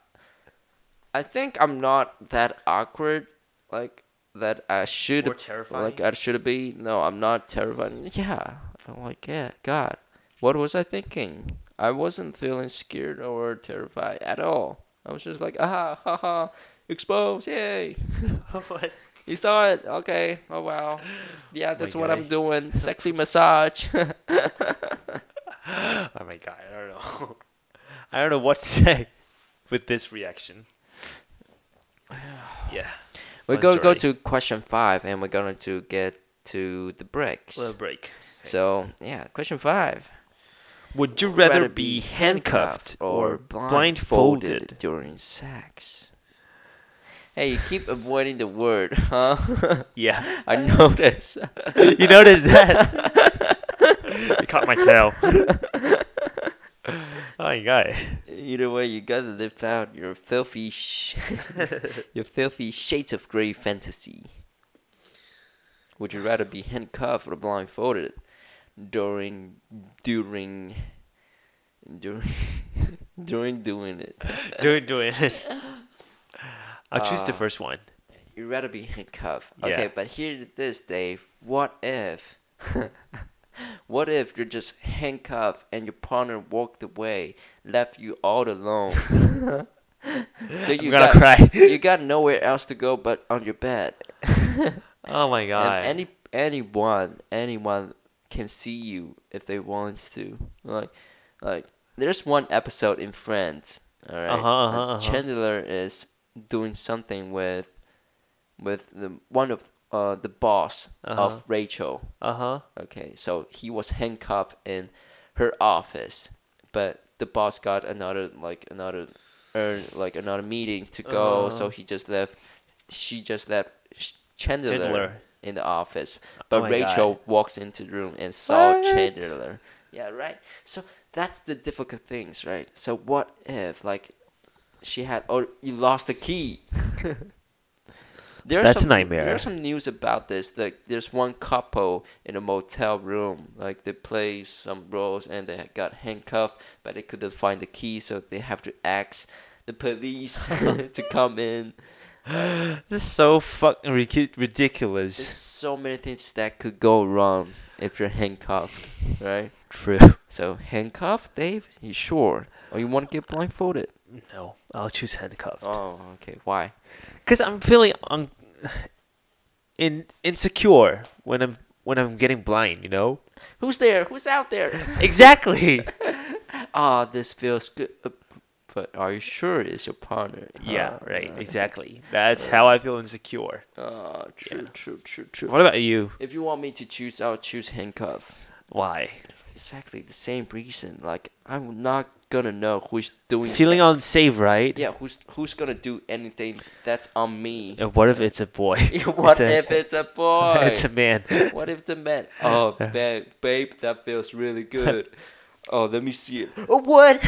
Speaker 1: I think I'm not that awkward, like that I should.
Speaker 2: Or terrifying?
Speaker 1: Like I should be. No, I'm not terrified. Yeah, I'm like, yeah, God, what was I thinking? I wasn't feeling scared or terrified at all. I was just like, ah, ha, ha, exposed, yay.
Speaker 2: what?
Speaker 1: You saw it. Okay. Oh wow. Yeah, that's what I'm
Speaker 2: gosh.
Speaker 1: doing. Sexy massage.
Speaker 2: Oh my god, I don't know. I don't know what to say with this reaction. Yeah.
Speaker 1: we're
Speaker 2: Fun
Speaker 1: gonna go
Speaker 2: story.
Speaker 1: to question five, and we're going to get to the breaks.
Speaker 2: Little break.
Speaker 1: So yeah, question five.
Speaker 2: Would you rather, be handcuffed or blindfolded?
Speaker 1: during sex? Hey, you keep avoiding the word, huh?
Speaker 2: Yeah.
Speaker 1: I notice.
Speaker 2: you noticed that? you caught my tail. oh my god.
Speaker 1: Either way, you gotta live out your filthy, sh- your filthy shades of grey fantasy. Would you rather be handcuffed or blindfolded during, during, during, during doing it?
Speaker 2: Doing doing it. I'll choose the
Speaker 1: Uh,
Speaker 2: first one.
Speaker 1: You'd rather be handcuffed.
Speaker 2: Yeah.
Speaker 1: Okay, but here it is, Dave. What if, what if you're just handcuffed and your partner walked away, left you all alone? so
Speaker 2: I'm gonna cry.
Speaker 1: you got nowhere else to go but on your bed.
Speaker 2: Oh my god.
Speaker 1: And any anyone anyone can see you if they wants to. Like like there's one episode in Friends, all right?
Speaker 2: Uh-huh, uh-huh,
Speaker 1: and
Speaker 2: uh-huh.
Speaker 1: Chandler is doing something with with the one of uh, the boss
Speaker 2: Uh-huh.
Speaker 1: of Rachel.
Speaker 2: uh huh.
Speaker 1: Okay, so he was handcuffed in her office, but the boss got another like another, er, like another meeting to go, so
Speaker 2: Uh.
Speaker 1: he just left. She just left Sh- Chandler,
Speaker 2: Chandler. Oh
Speaker 1: in the office, but
Speaker 2: my
Speaker 1: Rachel walks into the room and saw
Speaker 2: What?
Speaker 1: Chandler. Yeah, right. So that's the difficult things, right? So what if like she had or you lost the key? There's
Speaker 2: That's a
Speaker 1: some,
Speaker 2: nightmare.
Speaker 1: There's some news about this. Like, there's one couple in a motel room. Like, they play some roles and they got handcuffed, but they couldn't find the key, so they have to ask the police to come in.
Speaker 2: This is so fucking ridic- ridiculous.
Speaker 1: There's so many things that could go wrong if you're handcuffed, right?
Speaker 2: True.
Speaker 1: So handcuffed, Dave? You sure? Or you want to get blindfolded?
Speaker 2: No, I'll choose handcuffed.
Speaker 1: Oh, okay. Why?
Speaker 2: Cause I'm feeling un- in insecure when I'm when I'm getting blind. You know.
Speaker 1: Who's there? Who's out there?
Speaker 2: Exactly.
Speaker 1: Ah, this feels good. Uh, But are you sure it's your partner?
Speaker 2: Uh, yeah.
Speaker 1: Ah,
Speaker 2: Right.
Speaker 1: no.
Speaker 2: Exactly. That's how I feel insecure.
Speaker 1: Ah, true, true, true, true.
Speaker 2: What about you?
Speaker 1: If you want me to choose, I'll choose handcuff.
Speaker 2: Why?
Speaker 1: Exactly the same reason. Like I'm not gonna know who's doing.
Speaker 2: Feeling
Speaker 1: a-
Speaker 2: unsafe, right?
Speaker 1: Yeah, who's who's gonna do anything that's on me?
Speaker 2: And what if it's a boy?
Speaker 1: what
Speaker 2: It's a-
Speaker 1: if it's a boy?
Speaker 2: It's a man.
Speaker 1: What if the man? Oh, babe, babe, that feels really good. Oh, let me see it. Oh, what?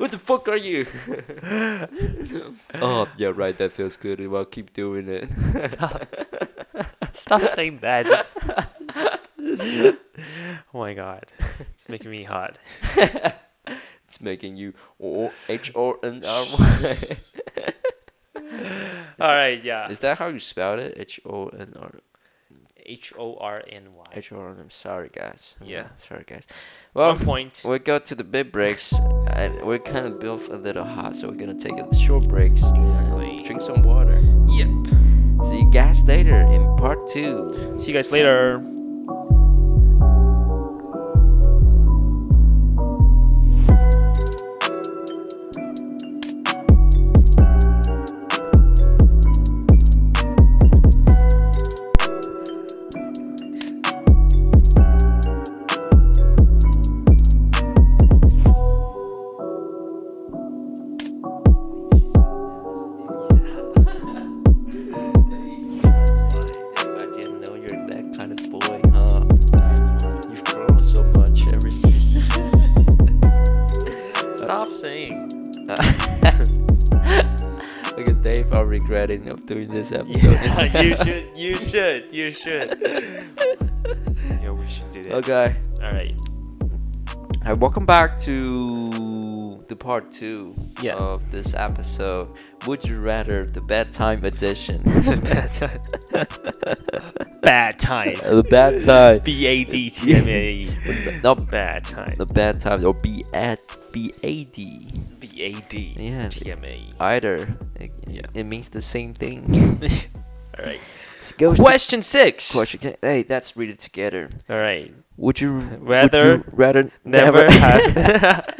Speaker 1: Who the fuck are you? oh, yeah, right. That feels good. Well, keep doing it.
Speaker 2: Stop saying that. oh my god, it's making me hot.
Speaker 1: It's making you O- H O N R Y.
Speaker 2: All right, yeah.
Speaker 1: Is that how you spell it? H O N R
Speaker 2: H O R N Y.
Speaker 1: H O N. I'm sorry, guys. Uh,
Speaker 2: Yeah.
Speaker 1: sorry, guys.
Speaker 2: One
Speaker 1: Well,
Speaker 2: point.
Speaker 1: we go to the big breaks, and we're kind of both a little hot, so we're gonna take a short breaks.
Speaker 2: Exactly.
Speaker 1: Drink some water.
Speaker 2: Yep.
Speaker 1: See you guys later in part two.
Speaker 2: See you guys later.
Speaker 1: I didn't know you're that kind of boy, huh? You've grown so much ever since.
Speaker 2: Stop saying.
Speaker 1: Look at Dave, I'm regretting of doing this episode.
Speaker 2: Yeah, you should. You should. You should. yeah, we should do that.
Speaker 1: Okay.
Speaker 2: All right.
Speaker 1: And welcome back to the part two
Speaker 2: Yeah.
Speaker 1: of this episode. Would you rather the bedtime edition?
Speaker 2: Bad time.
Speaker 1: the bedtime.
Speaker 2: B A D T M A.
Speaker 1: Not
Speaker 2: Bad time.
Speaker 1: the bedtime or B at B A D.
Speaker 2: B A D
Speaker 1: Yeah.
Speaker 2: T M A.
Speaker 1: Either. It,
Speaker 2: Yeah.
Speaker 1: it means the same thing.
Speaker 2: All right.
Speaker 1: Goes to-
Speaker 2: Question six.
Speaker 1: Question. Hey, let's read it together.
Speaker 2: All right.
Speaker 1: Would you would
Speaker 2: Rather
Speaker 1: you rather
Speaker 2: Never have.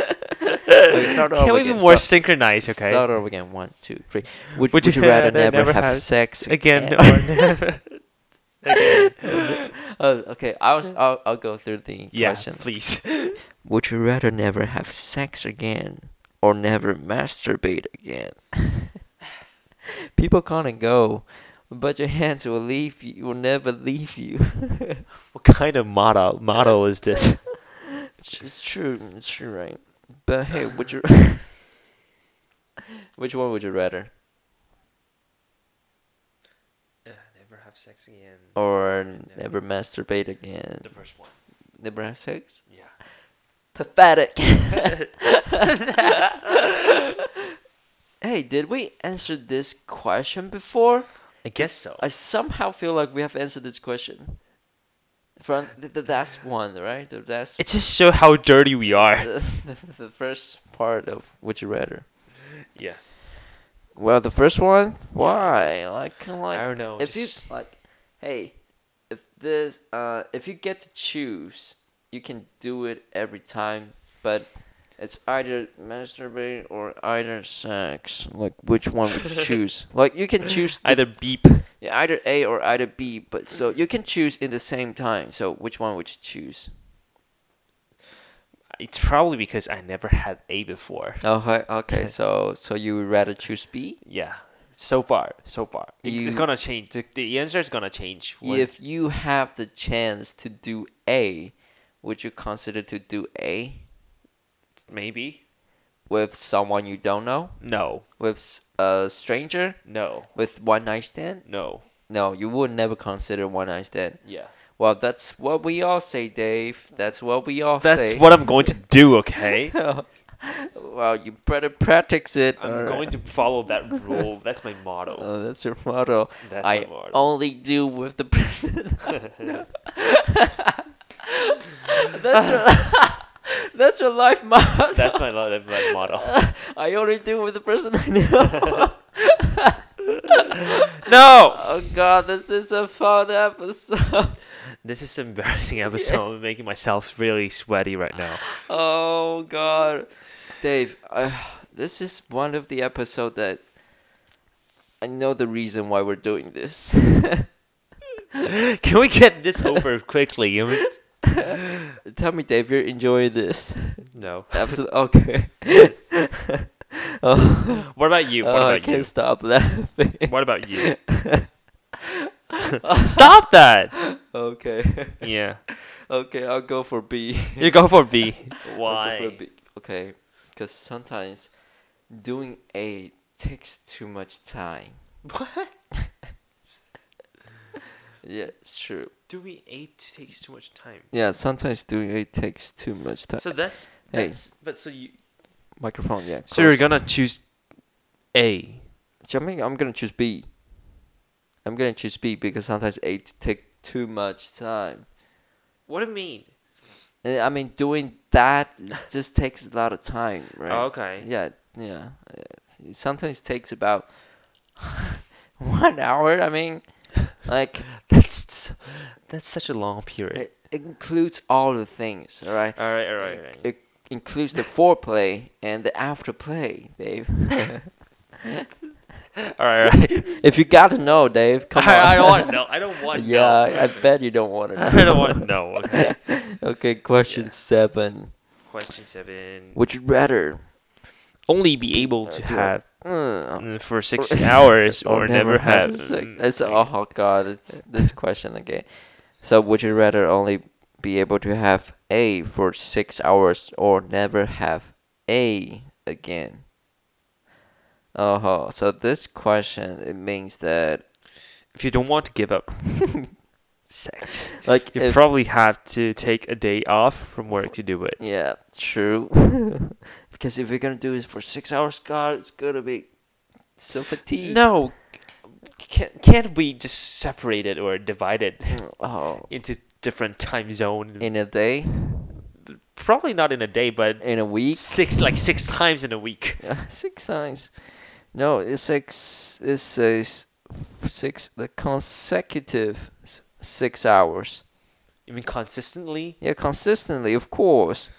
Speaker 1: Wait, start
Speaker 2: Can
Speaker 1: over
Speaker 2: we be
Speaker 1: again,
Speaker 2: more
Speaker 1: stop.
Speaker 2: synchronized? Okay.
Speaker 1: Start over again. One, two, three. Would, would you rather never, have, sex
Speaker 2: again? or never? again.
Speaker 1: Oh, okay, I'll, s- I'll I'll go through the
Speaker 2: Yeah,
Speaker 1: questions.
Speaker 2: please.
Speaker 1: Would you rather never have sex again or never masturbate again? People come and go, but your hands will leave you. Will never leave you.
Speaker 2: What kind of motto motto is this?
Speaker 1: it's, it's true. It's true, right? But hey, would you? Which one would you rather?
Speaker 2: Uh, never have sex again.
Speaker 1: Or never masturbate again?
Speaker 2: The first one.
Speaker 1: Never have sex?
Speaker 2: Yeah.
Speaker 1: Pathetic. hey, did we answer this question before?
Speaker 2: I guess so.
Speaker 1: I somehow feel like we have answered this question. From the, the last one, right? The last,
Speaker 2: It just shows how dirty we are.
Speaker 1: the, the first part of Would You Rather.
Speaker 2: Yeah.
Speaker 1: Well, the first one. Why? Like, kinda like
Speaker 2: I don't know,
Speaker 1: If
Speaker 2: just-
Speaker 1: you like, hey, if this, uh, if you get to choose, you can do it every time, but it's either masturbate or either sex. Like, which one would you choose? like, you can choose the-
Speaker 2: Either beep.
Speaker 1: yeah, either A or either B, but so you can choose in the same time. So, which one would you choose?
Speaker 2: It's probably because I never had A before.
Speaker 1: Okay, Oh, okay. so, so you would rather choose B?
Speaker 2: Yeah. So far, so far. It's, it's
Speaker 1: You-
Speaker 2: gonna change. The, the answer is gonna change.
Speaker 1: If you have the chance to do A, would you consider to do A
Speaker 2: maybe.
Speaker 1: with someone you don't know,
Speaker 2: No.
Speaker 1: with s- a stranger,
Speaker 2: No.
Speaker 1: with one night stand?
Speaker 2: No.
Speaker 1: No, you would never consider one night stand.
Speaker 2: Yeah.
Speaker 1: Well, that's what we all say, Dave. That's what we all
Speaker 2: That's
Speaker 1: say.
Speaker 2: what I'm going to do, okay?
Speaker 1: Well, you better practice it.
Speaker 2: I'm
Speaker 1: Alright.
Speaker 2: going to follow that rule. That's my motto.
Speaker 1: Oh, that's your motto.
Speaker 2: That's
Speaker 1: I
Speaker 2: my motto.
Speaker 1: only do with the person. that's, your, that's your life motto.
Speaker 2: That's my, lo- that's my motto.
Speaker 1: I only do with the person I know.
Speaker 2: No!
Speaker 1: oh God, this is a fun episode.
Speaker 2: This is an embarrassing episode. I'm making myself really sweaty right now.
Speaker 1: Oh God, Dave, uh, this is one of the episode that I know the reason why we're doing this.
Speaker 2: Can we get this over quickly? You mean-
Speaker 1: Tell me, Dave, you're enjoying this
Speaker 2: No.
Speaker 1: episode? Okay. oh,
Speaker 2: What about you? What
Speaker 1: oh, I
Speaker 2: about
Speaker 1: can't
Speaker 2: you?
Speaker 1: stop laughing.
Speaker 2: What about you? Stop that!
Speaker 1: Okay.
Speaker 2: Yeah.
Speaker 1: Okay, I'll go for B.
Speaker 2: You go for B.
Speaker 1: I'll go for
Speaker 2: Why?
Speaker 1: B. Okay, because sometimes doing A takes too much time.
Speaker 2: What?
Speaker 1: Yeah, it's true.
Speaker 2: Doing A takes too much time.
Speaker 1: Yeah, sometimes doing A takes too much time.
Speaker 2: So that's
Speaker 1: Hey.
Speaker 2: that's but so you
Speaker 1: Microphone, yeah.
Speaker 2: So you're
Speaker 1: close.
Speaker 2: gonna choose A.
Speaker 1: Jumping, I'm gonna choose B. I'm gonna choose B because sometimes A t- take too much time.
Speaker 2: What do you mean?
Speaker 1: And, I mean, doing that just takes a lot of time, right?
Speaker 2: Oh, okay.
Speaker 1: Yeah, yeah. uh, It sometimes takes about one hour. I mean, like
Speaker 2: That's that's such a long period.
Speaker 1: it it includes all the things. All right.
Speaker 2: All right, all right, all right.
Speaker 1: It includes the foreplay and the afterplay, Dave.
Speaker 2: All right, all right.
Speaker 1: if you got to know, Dave, come on.
Speaker 2: I, I don't want no. I don't want
Speaker 1: yeah,
Speaker 2: no.
Speaker 1: I bet you don't want to know.
Speaker 2: I don't want no. Okay.
Speaker 1: Okay, question seven.
Speaker 2: Question seven.
Speaker 1: Would you rather
Speaker 2: Only be able to
Speaker 1: to
Speaker 2: have
Speaker 1: uh,
Speaker 2: mm, for six hours or, never, have,
Speaker 1: sex?
Speaker 2: mm,
Speaker 1: It's oh god, it's this question again. So would you rather only be able to have A for six hours or never have A again? Oh, ho, so this question it means that
Speaker 2: If you don't want to give up sex,
Speaker 1: like
Speaker 2: you
Speaker 1: if-
Speaker 2: probably have to take a day off from work to do it.
Speaker 1: yeah, true. because if you're gonna do this for six hours, God, it's gonna be so fatigued.
Speaker 2: No, can't can't we just separate it or divide it
Speaker 1: Oh,
Speaker 2: into different time zones?
Speaker 1: in a day,
Speaker 2: probably not in a day, but
Speaker 1: in a week.
Speaker 2: six like six times in a week.
Speaker 1: Yeah, six times. No, it's six. It says six. The consecutive s- six hours.
Speaker 2: I mean, consistently?
Speaker 1: Yeah, consistently, of course.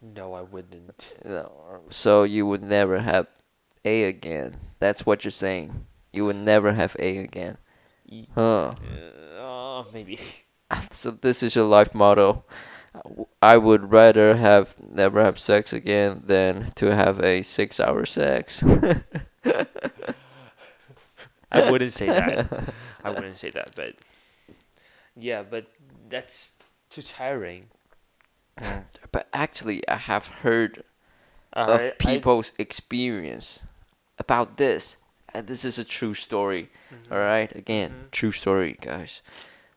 Speaker 2: No, I wouldn't.
Speaker 1: No, So you would never have A again. That's what you're saying. You would never have A again.
Speaker 2: Y-
Speaker 1: Huh.
Speaker 2: Uh, maybe.
Speaker 1: So this is your life motto. W- I would rather have never have sex again than to have a six-hour sex.
Speaker 2: I wouldn't say that. I wouldn't say that, but yeah, but that's too tiring.
Speaker 1: but actually, I have heard
Speaker 2: Uh,
Speaker 1: of people's experience about this. And this is a true story.
Speaker 2: Mm-hmm.
Speaker 1: all right, again, true story, guys.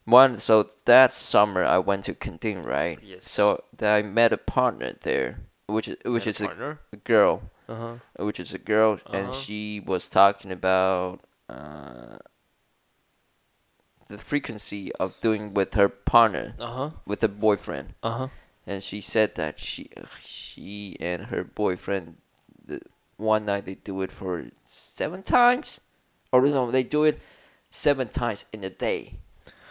Speaker 1: One, so that summer I went to Kending, right?
Speaker 2: Yes.
Speaker 1: So that I met a partner there, which is which is a,
Speaker 2: partner.
Speaker 1: a girl,
Speaker 2: Uh huh.
Speaker 1: which is a girl,
Speaker 2: Uh-huh.
Speaker 1: and she was talking about uh, the frequency of doing with her partner,
Speaker 2: Uh huh.
Speaker 1: with her boyfriend
Speaker 2: Uh huh.
Speaker 1: and she said that she she and her boyfriend the, one night they do it for seven times or no they do it seven times in a day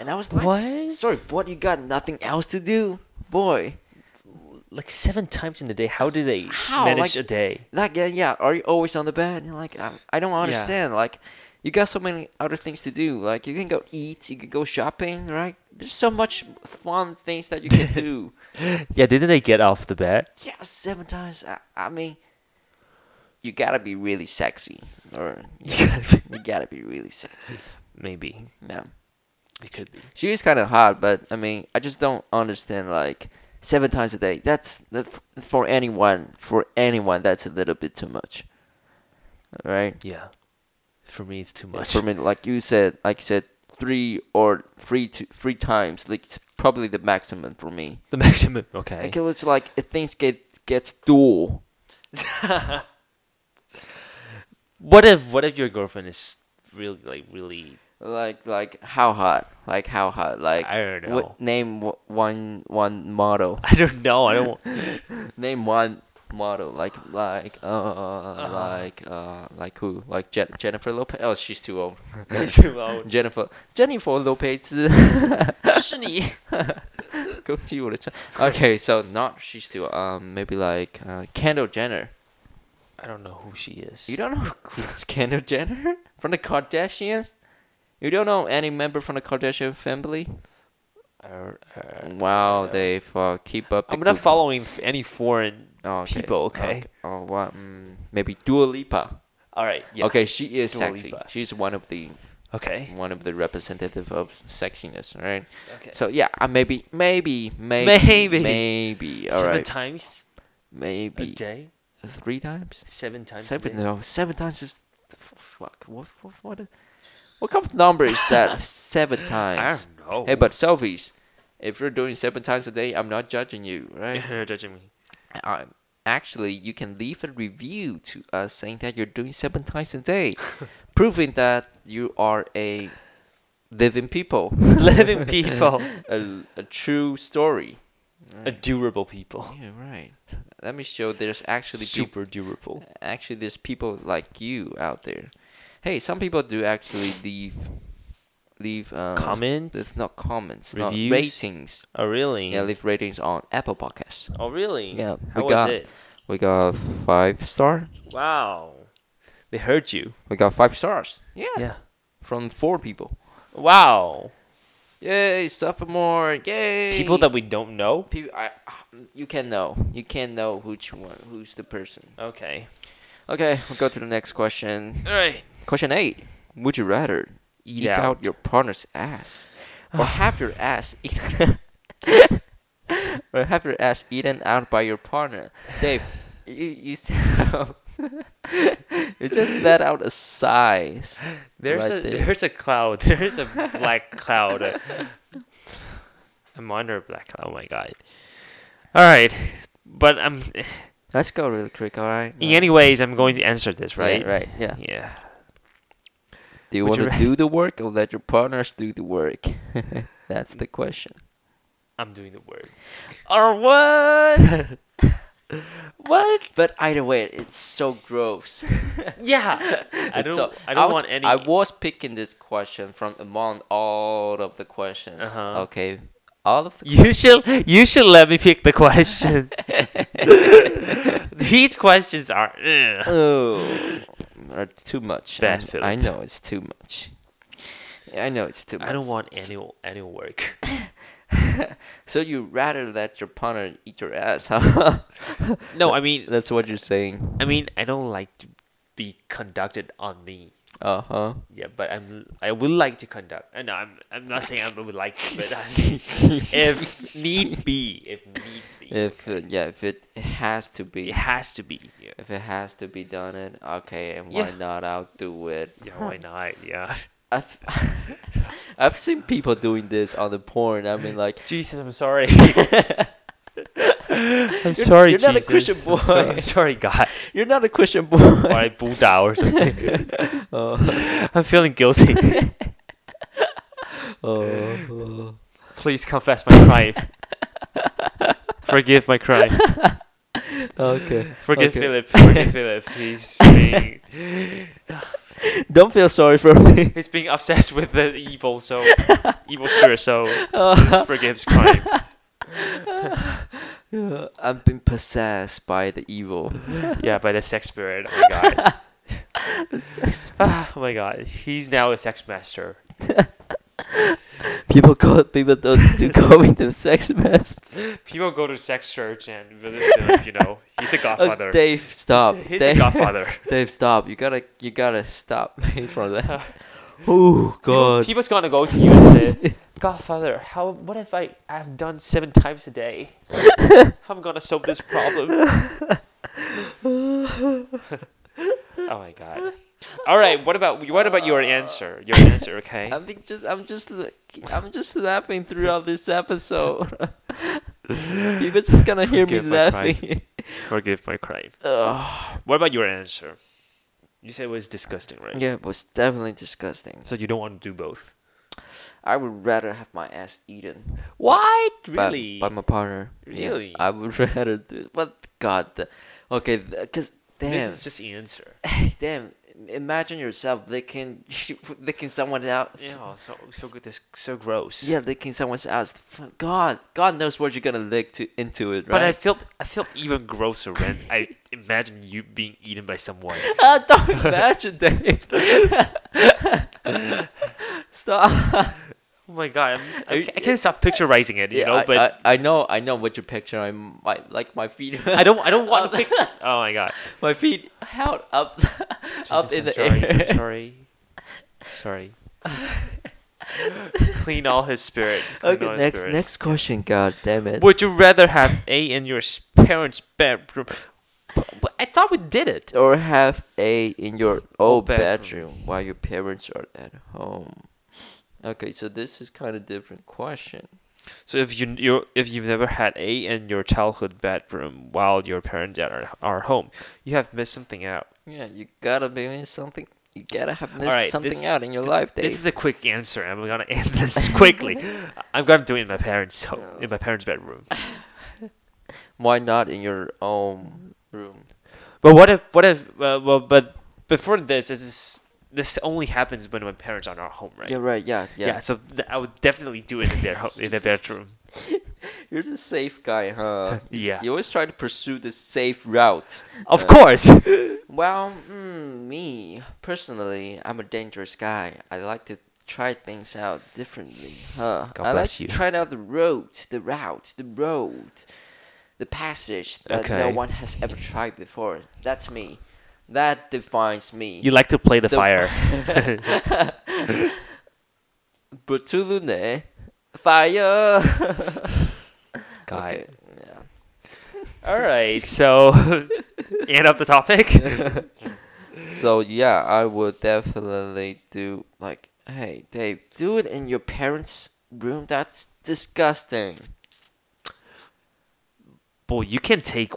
Speaker 1: and i was like
Speaker 2: What?
Speaker 1: sorry what you got nothing else to do boy
Speaker 2: Like seven times in a day. How do they
Speaker 1: How,
Speaker 2: manage
Speaker 1: like-
Speaker 2: a day?
Speaker 1: like yeah yeah are you always on the bed and like I, I don't understand like you got so many other things to do like you can go eat you can go shopping right there's so much fun things that you can do
Speaker 2: Yeah, didn't they get off the bed?
Speaker 1: Yeah, seven times. I, I mean, you gotta be really sexy, or you gotta be, you gotta be really sexy.
Speaker 2: Maybe
Speaker 1: Yeah,
Speaker 2: it could be.
Speaker 1: she is kind of hot, but I mean, I just don't understand like seven times a day. That's that f- for anyone. For anyone, that's a little bit too much. All right.
Speaker 2: Yeah, for me it's too much.
Speaker 1: For me, like you said, like you said, three or three to three times. Like it's probably the maximum for me.
Speaker 2: The maximum. Okay.
Speaker 1: Like it was like if things get gets dual.
Speaker 2: What if what if your girlfriend is really like really
Speaker 1: Like like how hot? Like how hot? Like
Speaker 2: I don't know.
Speaker 1: what- name w- one one model.
Speaker 2: I don't know. I don't want
Speaker 1: name one model. Like like uh, like uh like who? Like Jen- Jennifer Lopez. Oh, she's too old.
Speaker 2: She's too old.
Speaker 1: Jennifer Jennifer Lopez.
Speaker 2: 是你。
Speaker 1: 恭喜我的成- okay, so not she's too um maybe like uh, Kendall Jenner.
Speaker 2: I don't know who she is.
Speaker 1: You don't know who's Kendall Jenner from the Kardashians? You don't know any member from the Kardashian family?
Speaker 2: I- I-
Speaker 1: Wow, they uh, keep up. the
Speaker 2: I'm not
Speaker 1: good-
Speaker 2: following f- any foreign
Speaker 1: Oh,
Speaker 2: people. Okay.
Speaker 1: Oh, what? Mm, maybe Dua Lipa.
Speaker 2: All right. Yeah.
Speaker 1: Okay, she is
Speaker 2: Dua
Speaker 1: sexy.
Speaker 2: Lipa.
Speaker 1: She's one of the
Speaker 2: Okay.
Speaker 1: one of the representative of sexiness, all right?
Speaker 2: Okay.
Speaker 1: So yeah, uh, maybe, maybe, maybe,
Speaker 2: Maybe.
Speaker 1: maybe, all
Speaker 2: seven
Speaker 1: right,
Speaker 2: times a
Speaker 1: maybe
Speaker 2: day.
Speaker 1: three times.
Speaker 2: Seven times.
Speaker 1: Seven,
Speaker 2: A day.
Speaker 1: no, seven times is f- fuck. What, what, what, what kind of number is that? seven times.
Speaker 2: I don't know.
Speaker 1: Hey, but selfies. If you're doing seven times a day, I'm not judging you, right?
Speaker 2: You're judging me.
Speaker 1: uh, actually, you can leave a review to us saying that you're doing seven times a day, proving that you are a living people,
Speaker 2: Living people.
Speaker 1: a, a true story.
Speaker 2: A durable people.
Speaker 1: Yeah, right. Let me show there's actually peop
Speaker 2: Super durable.
Speaker 1: actually there's people like you out there. Hey, some people do actually leave leave uh,
Speaker 2: Comments?
Speaker 1: It's not comments,
Speaker 2: Reviews?
Speaker 1: not ratings.
Speaker 2: Oh really?
Speaker 1: Yeah, leave ratings on Apple Podcasts.
Speaker 2: oh really?
Speaker 1: Yeah,
Speaker 2: How
Speaker 1: we
Speaker 2: was
Speaker 1: got-
Speaker 2: it?
Speaker 1: We got five star.
Speaker 2: Wow. They heard you.
Speaker 1: We got five stars.
Speaker 2: Yeah.
Speaker 1: from four people.
Speaker 2: Wow.
Speaker 1: Yay, sophomore! Yay.
Speaker 2: People that we don't know.
Speaker 1: people, I, you can know, you can know which one, who's the person.
Speaker 2: Okay.
Speaker 1: Okay, we'll go to the next question.
Speaker 2: All right.
Speaker 1: Question eight: Would you rather eat,
Speaker 2: out.
Speaker 1: out. your partner's ass,
Speaker 2: Ah.
Speaker 1: or have your ass eaten, or have your ass eaten out by your partner? Dave, you you sound, you just let out a sigh. s-
Speaker 2: There's
Speaker 1: right
Speaker 2: a
Speaker 1: there.
Speaker 2: there's a cloud. There's a black cloud. uh, I'm under a black cloud. Oh my god. All right, but I'm.
Speaker 1: Let's go really quick, all right?
Speaker 2: Anyways, I'm going to answer this,
Speaker 1: Yeah,
Speaker 2: right?
Speaker 1: right, yeah.
Speaker 2: Yeah.
Speaker 1: Do you
Speaker 2: Would
Speaker 1: want
Speaker 2: you
Speaker 1: to
Speaker 2: ra-
Speaker 1: do the work or let your partners do the work? That's the question.
Speaker 2: I'm doing the word.
Speaker 1: Or what? what? But either way, it's so gross.
Speaker 2: Yeah. I
Speaker 1: It's
Speaker 2: don't.
Speaker 1: so-
Speaker 2: I don't
Speaker 1: was,
Speaker 2: want any.
Speaker 1: I was picking this question from among all of the questions.
Speaker 2: Uh-huh.
Speaker 1: Okay, all of the.
Speaker 2: you should. You should let me pick the question. These questions are. ugh.
Speaker 1: Oh, are too much.
Speaker 2: Bad
Speaker 1: I, I
Speaker 2: Philip.
Speaker 1: know it's too much. I know it's too much.
Speaker 2: I don't want any any work.
Speaker 1: So you rather let your partner eat your ass, huh?
Speaker 2: No, I mean,
Speaker 1: That's what you're saying.
Speaker 2: I mean, I don't like to be conducted on me.
Speaker 1: Uh huh.
Speaker 2: Yeah, but I'm. I would like to conduct. Uh, no, I'm. I'm not saying I would like to, but I, if need be, if need be,
Speaker 1: If uh, yeah, if it has to be,
Speaker 2: it has to be. Yeah,
Speaker 1: if it has to be done, it okay, and why
Speaker 2: Yeah.
Speaker 1: not? I'll do it.
Speaker 2: yeah why not? Yeah.
Speaker 1: I've I've seen people doing this on the porn. I mean, like
Speaker 2: Jesus, I'm sorry. I'm sorry,
Speaker 1: you're
Speaker 2: Jesus.
Speaker 1: not a Christian
Speaker 2: I'm sorry,
Speaker 1: boy.
Speaker 2: I'm sorry, God.
Speaker 1: you're not a Christian
Speaker 2: Or
Speaker 1: boy.
Speaker 2: I Buddha or something.
Speaker 1: Oh,
Speaker 2: I'm feeling guilty.
Speaker 1: oh.
Speaker 2: Please confess my crime. Forgive my crime.
Speaker 1: okay.
Speaker 2: Forgive
Speaker 1: okay.
Speaker 2: Philip. Forgive Philip. He's being,
Speaker 1: Don't feel sorry for me.
Speaker 2: he's being obsessed with the evil, so evil spirit. So this forgives crime.
Speaker 1: I've been possessed by the evil.
Speaker 2: Yeah, by the sex spirit. Oh my god. Ah, oh my god. He's now a sex master.
Speaker 1: People call people don't do calling them sex masters.
Speaker 2: People go to sex church and visit Philip, you know. He's the godfather.
Speaker 1: Oh, Dave, stop.
Speaker 2: He's the
Speaker 1: Dave.
Speaker 2: godfather.
Speaker 1: Dave, stop! You gotta, you gotta stop me from that.
Speaker 2: People-
Speaker 1: oh God!
Speaker 2: People's gonna go to you and say, Godfather, how what if I I've done seven times a day? I'm gonna solve this problem. oh my god. All right. What about what about your answer? Your answer, okay?
Speaker 1: I'm think just I'm just l- I'm just laughing throughout this episode. People just gonna hear me
Speaker 2: Forgive my pride.
Speaker 1: laughing.
Speaker 2: Forgive my crime.
Speaker 1: Ugh.
Speaker 2: What about your answer? You said it was disgusting, right?
Speaker 1: Yeah, it was definitely disgusting.
Speaker 2: So you don't want to do both.
Speaker 1: I would rather have my ass eaten
Speaker 2: What?
Speaker 1: by-
Speaker 2: Really?
Speaker 1: by, my partner. Yeah,
Speaker 2: Really?
Speaker 1: I would rather do. But God, the, okay, because damn,
Speaker 2: this is just the answer.
Speaker 1: damn. Imagine yourself licking licking someone else.
Speaker 2: Yeah. So so good. This so gross.
Speaker 1: Yeah, licking someone's ass. F- God, God knows what you're gonna lick to, into it, right?
Speaker 2: But I feel I feel even grosser when I imagine you being eaten by someone.
Speaker 1: Uh, don't imagine, Dave. Stop.
Speaker 2: Oh my god! I'm, I,
Speaker 1: you-
Speaker 2: ca- I can't stop picturizing it, you
Speaker 1: Yeah,
Speaker 2: know.
Speaker 1: I,
Speaker 2: but
Speaker 1: I, I know, I know what you're picturing. I'm- My like my feet.
Speaker 2: I don't. I don't want to pick. Oh my god!
Speaker 1: my feet held up, up
Speaker 2: Jesus,
Speaker 1: in the
Speaker 2: I'm sorry, I'm
Speaker 1: air.
Speaker 2: sorry. Sorry. Clean all his spirit. Clean all
Speaker 1: Okay,
Speaker 2: his
Speaker 1: next,
Speaker 2: spirit.
Speaker 1: next question. God damn it.
Speaker 2: Would you rather have A in your s- parents' bedroom? But- but I thought we did it.
Speaker 1: Or have a in your
Speaker 2: Oh,
Speaker 1: old
Speaker 2: bedroom.
Speaker 1: bedroom while your parents are at home. Okay, so this is kind of different question.
Speaker 2: So if you you if you've never had A in your childhood bedroom while your parents are are home, you have missed something out.
Speaker 1: Yeah, you gotta be in something. You gotta have missed
Speaker 2: right,
Speaker 1: something
Speaker 2: this-
Speaker 1: out in your life, Dave.
Speaker 2: This is a quick answer. I'm gonna end this quickly. I'm gonna do it in my parents' home, in my parents' bedroom.
Speaker 1: Why not in your own room?
Speaker 2: But what if what if uh, well? But before this, this is this only happens when my parents are not home, right?
Speaker 1: Yeah, right. Yeah, yeah.
Speaker 2: so th- I would definitely do it in their home, in their bedroom.
Speaker 1: You're the safe guy, huh?
Speaker 2: Yeah.
Speaker 1: You always try to pursue the safe route.
Speaker 2: Of
Speaker 1: Uh,
Speaker 2: course.
Speaker 1: Well, mm, me personally, I'm a dangerous guy. I like to try things out differently, huh?
Speaker 2: God
Speaker 1: I
Speaker 2: bless
Speaker 1: like
Speaker 2: you.
Speaker 1: to try out the road, the route, the road, the passage that no
Speaker 2: Okay.
Speaker 1: one has ever tried before. That's me. That defines me.
Speaker 2: you like to play the,
Speaker 1: The-
Speaker 2: fire.
Speaker 1: Brutulune, fire.
Speaker 2: God.
Speaker 1: Okay, Yeah.
Speaker 2: All right. So end up the topic.
Speaker 1: So yeah, I would definitely do like, hey Dave, do it in your parents' room. That's disgusting.
Speaker 2: Boy, you can take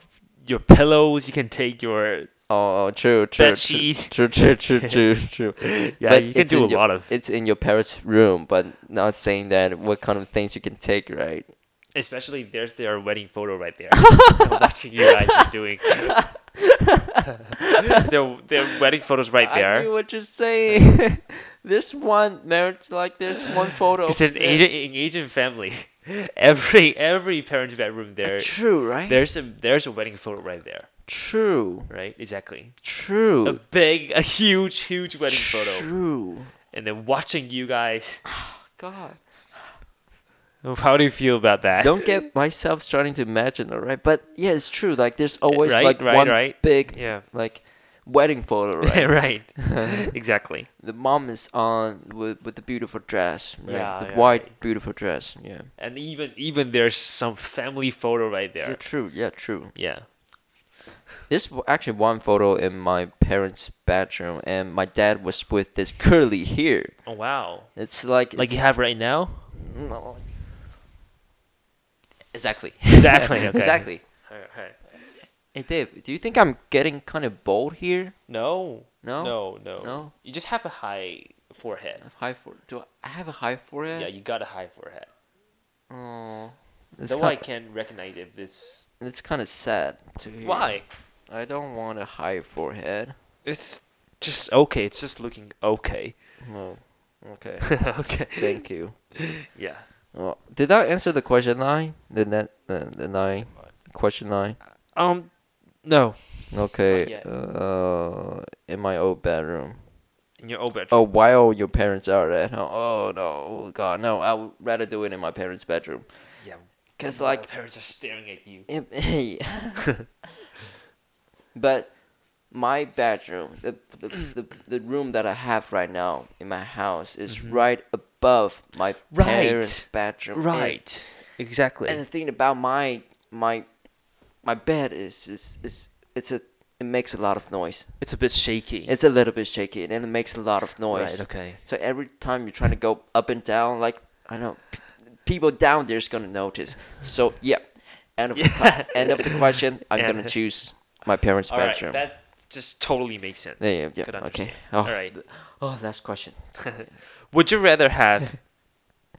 Speaker 2: your pillows. You can take your
Speaker 1: Oh, oh, true, true,
Speaker 2: bed sheet.
Speaker 1: true, true, true, true, true.
Speaker 2: Yeah,
Speaker 1: But
Speaker 2: you can
Speaker 1: it's
Speaker 2: do
Speaker 1: in
Speaker 2: a
Speaker 1: your-
Speaker 2: lot of.
Speaker 1: It's in your parents' room, but not saying that what kind of things you can take, right?
Speaker 2: Especially there's their wedding photo right there. I'm watching you guys are doing. their their wedding photos right
Speaker 1: I knew
Speaker 2: there.
Speaker 1: what you're saying. there's one marriage, like there's one photo.
Speaker 2: It's
Speaker 1: of
Speaker 2: an
Speaker 1: the-
Speaker 2: Asian an Asian family. Every every parent's bedroom there.
Speaker 1: True, right?
Speaker 2: There's a there's a wedding photo right there.
Speaker 1: True,
Speaker 2: Right? Exactly.
Speaker 1: true,
Speaker 2: A big, a huge, huge wedding photo,
Speaker 1: true.
Speaker 2: and then watching you guys.
Speaker 1: God.
Speaker 2: How do you feel about that?
Speaker 1: don't get myself starting to imagine all right but yeah it's true like there's always
Speaker 2: right,
Speaker 1: like
Speaker 2: right,
Speaker 1: one
Speaker 2: right.
Speaker 1: big
Speaker 2: Yeah.
Speaker 1: like wedding photo right
Speaker 2: right. exactly.
Speaker 1: the mom is on with, with the beautiful dress right?
Speaker 2: Yeah,
Speaker 1: the
Speaker 2: yeah,
Speaker 1: white
Speaker 2: right.
Speaker 1: beautiful dress yeah.
Speaker 2: And even even there's some family photo right
Speaker 1: yeah
Speaker 2: there.
Speaker 1: true yeah true
Speaker 2: Yeah.
Speaker 1: there's w- actually one photo in my parents bedroom and my dad was with this curly hair
Speaker 2: Oh wow.
Speaker 1: it's like
Speaker 2: Like you
Speaker 1: it's,
Speaker 2: have right now.
Speaker 1: no. exactly
Speaker 2: Exactly, okay.
Speaker 1: exactly hey dave do you think i'm getting kind of bald here
Speaker 2: No.
Speaker 1: No?
Speaker 2: No. No.
Speaker 1: No?
Speaker 2: You just have a high forehead.
Speaker 1: high for do I- I have a high forehead
Speaker 2: Yeah, you got a high forehead.
Speaker 1: Oh, it's
Speaker 2: Though
Speaker 1: kind,
Speaker 2: I can recognize if it's
Speaker 1: it's kind of sad to hear.
Speaker 2: why.
Speaker 1: I don't want a high forehead.
Speaker 2: It's just okay. It's just looking okay.
Speaker 1: Well, okay.
Speaker 2: okay.
Speaker 1: Thank you.
Speaker 2: Yeah.
Speaker 1: Well, did I answer the question nine? The net, the, the nine question nine.
Speaker 2: Um. No.
Speaker 1: Okay.
Speaker 2: yet.
Speaker 1: Uh, in my old bedroom.
Speaker 2: In your old bedroom.
Speaker 1: Oh, while your parents are at home. Oh no, God, no. I would rather do it in my parents' bedroom.
Speaker 2: Yeah.
Speaker 1: Cause
Speaker 2: My
Speaker 1: Oh. like
Speaker 2: parents are staring at you.
Speaker 1: Em- Hey. but my bedroom, the, the, the, the room that I have right now in my house, is right above my
Speaker 2: Mm-hmm. Right.
Speaker 1: parents' bedroom. And-
Speaker 2: Right. Exactly.
Speaker 1: And, the thing about my my my bed is is, is it's a it makes a lot of noise.
Speaker 2: It's a bit shaky.
Speaker 1: It's a little bit shaky and it makes a lot of noise.
Speaker 2: Right, okay.
Speaker 1: So every time you're trying to go up and down, like I know, p- people down there's gonna notice. So yeah, end of the
Speaker 2: Yeah.
Speaker 1: the, end of the question. I'm
Speaker 2: Yeah.
Speaker 1: gonna choose my parents'
Speaker 2: All right,
Speaker 1: bedroom.
Speaker 2: that just totally makes sense.
Speaker 1: yeah, yeah, yeah.
Speaker 2: Could
Speaker 1: Okay.
Speaker 2: understand.
Speaker 1: Oh,
Speaker 2: All right.
Speaker 1: th- Oh, last question.
Speaker 2: Would you rather have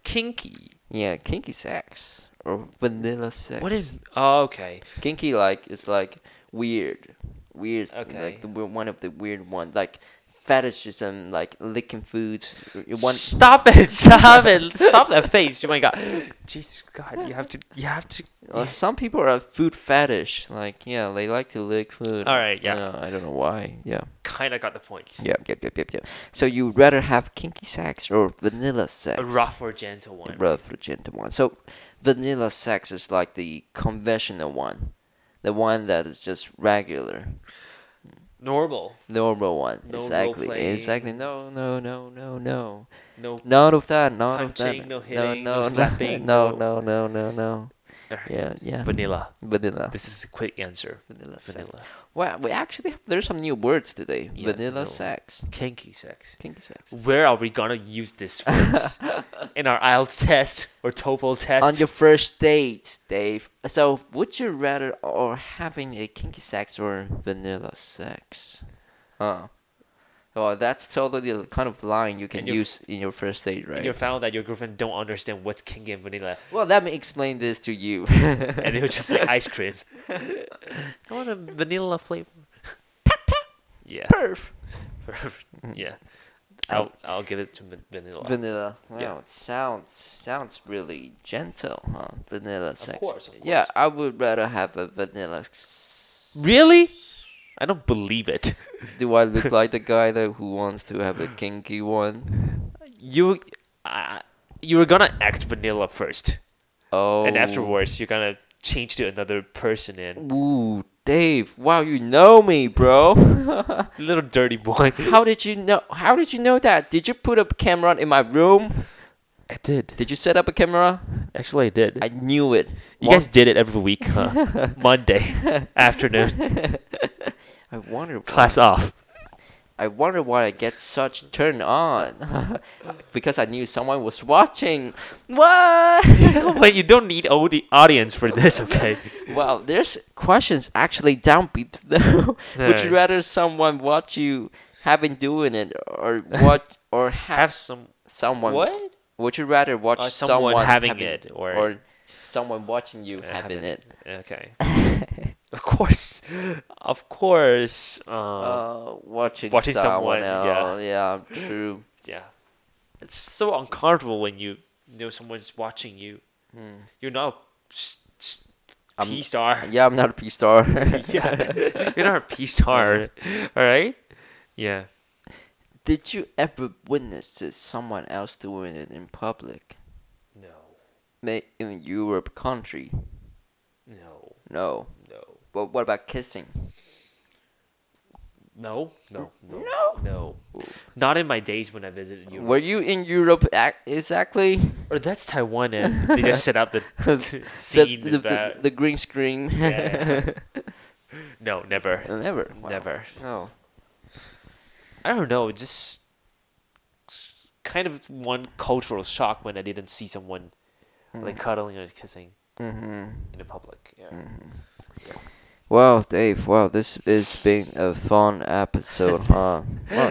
Speaker 2: kinky?
Speaker 1: Yeah, kinky sex or vanilla sex.
Speaker 2: What is? Oh, okay.
Speaker 1: kinky? Like it's like weird, weird.
Speaker 2: Okay.
Speaker 1: Like the, weir- one of the weird ones, like fetishism, like licking foods. You
Speaker 2: One.
Speaker 1: want
Speaker 2: Stop it! Stop it! Stop that face! Oh my god! Jesus God! You have to. You have to.
Speaker 1: Well, uh, some people are food fetish. Like, yeah, they like to lick food. Uh,
Speaker 2: All right, yeah.
Speaker 1: I don't know why. Yeah.
Speaker 2: Kind of got the point.
Speaker 1: Yep, yep, yep, yep, yep. So you'd rather have kinky sex or vanilla sex?
Speaker 2: A rough or gentle
Speaker 1: A
Speaker 2: one.
Speaker 1: rough or gentle one. So vanilla sex is like the conventional one. The one that is just regular,
Speaker 2: Normal.
Speaker 1: normal one.
Speaker 2: No
Speaker 1: exactly.
Speaker 2: role-playing.
Speaker 1: Exactly. No, no, no, no, no.
Speaker 2: No.
Speaker 1: None of that. None
Speaker 2: Punching,
Speaker 1: of that.
Speaker 2: no hitting, no
Speaker 1: no,
Speaker 2: slapping,
Speaker 1: No,
Speaker 2: no-
Speaker 1: no, no, no, no. Yeah, yeah.
Speaker 2: Vanilla.
Speaker 1: Vanilla.
Speaker 2: This is a quick answer.
Speaker 1: Vanilla sex.
Speaker 2: Vanilla.
Speaker 1: Wow, we actually have, there's some new words today.
Speaker 2: Yeah,
Speaker 1: Vanilla
Speaker 2: no.
Speaker 1: sex,
Speaker 2: Kinky sex.
Speaker 1: kinky sex.
Speaker 2: Where are we gonna use this words? In our IELTS test or TOEFL test?
Speaker 1: On your first date, Dave. So, would you rather or having a kinky sex or vanilla sex? Huh. Well, that's totally the kind of line you can
Speaker 2: your-
Speaker 1: use in your first date, right?
Speaker 2: you found that your girlfriend don't understand what's kinky and vanilla,
Speaker 1: Well, let me explain this to you.
Speaker 2: and it was just like ice cream. I want a vanilla flavor. yeah.
Speaker 1: Perf.
Speaker 2: yeah. I'll I'll give it to van- vanilla.
Speaker 1: Mm. Vanilla. Wow,
Speaker 2: Yeah.
Speaker 1: it sounds sounds really gentle, huh? Vanilla sex.
Speaker 2: course, of
Speaker 1: Yeah, I would rather have a vanilla. s-
Speaker 2: really? I don't believe it.
Speaker 1: Do I look like the guy that who wants to have a kinky one?
Speaker 2: You uh, you were gonna act vanilla first,
Speaker 1: Oh.
Speaker 2: and afterwards you're gonna change to another person and
Speaker 1: Ooh, Dave! Wow, you know me, bro.
Speaker 2: little dirty boy.
Speaker 1: how did you know? How did you know that? Did you put a camera in my room?
Speaker 2: I did.
Speaker 1: Did you set up a camera?
Speaker 2: Actually, I did.
Speaker 1: I knew it.
Speaker 2: you guys did it every week, huh? Monday afternoon,
Speaker 1: I wonder.
Speaker 2: class off.
Speaker 1: I wonder why I get such turn on. because I knew someone was watching. What?
Speaker 2: but you don't need audi- audience for this, okay?
Speaker 1: Wow, there's questions actually down beat though. Would
Speaker 2: Yeah.
Speaker 1: you rather someone watch you having doing it or watch or
Speaker 2: Have
Speaker 1: have,
Speaker 2: some
Speaker 1: someone
Speaker 2: what?
Speaker 1: Would you rather watch
Speaker 2: Uh, someone
Speaker 1: someone,
Speaker 2: having it or-
Speaker 1: someone watching you
Speaker 2: Uh,
Speaker 1: having it?
Speaker 2: Okay. of course, of course. Um,
Speaker 1: Uh, watching,
Speaker 2: watching
Speaker 1: someone,
Speaker 2: someone, yeah.
Speaker 1: else. Yeah. true.
Speaker 2: yeah, it's so uncomfortable when you know someone's watching you. You're not a s- s-
Speaker 1: I'm-
Speaker 2: P star.
Speaker 1: Hmm. Yeah, I'm not a P star.
Speaker 2: yeah, you're not a P star. All right. Yeah.
Speaker 1: Did you ever witness this someone else doing it in public?
Speaker 2: No.
Speaker 1: May in Europe country?
Speaker 2: No.
Speaker 1: No.
Speaker 2: No.
Speaker 1: But what about kissing?
Speaker 2: No. No. No.
Speaker 1: No?
Speaker 2: No. Not in my days when I visited you.
Speaker 1: Were you in Europe ac- exactly?
Speaker 2: Or that's Taiwan, and they just set up the
Speaker 1: the,
Speaker 2: scene
Speaker 1: the, the,
Speaker 2: that.
Speaker 1: the green screen.
Speaker 2: Yeah. no, never,
Speaker 1: Never. Wow.
Speaker 2: never.
Speaker 1: No.
Speaker 2: I don't know. it Just kind of one cultural shock when I didn't see someone like cuddling or kissing
Speaker 1: Hmm. Mm-hmm.
Speaker 2: in the public. Yeah.
Speaker 1: Well, Dave, wow, this is being a fun episode, huh?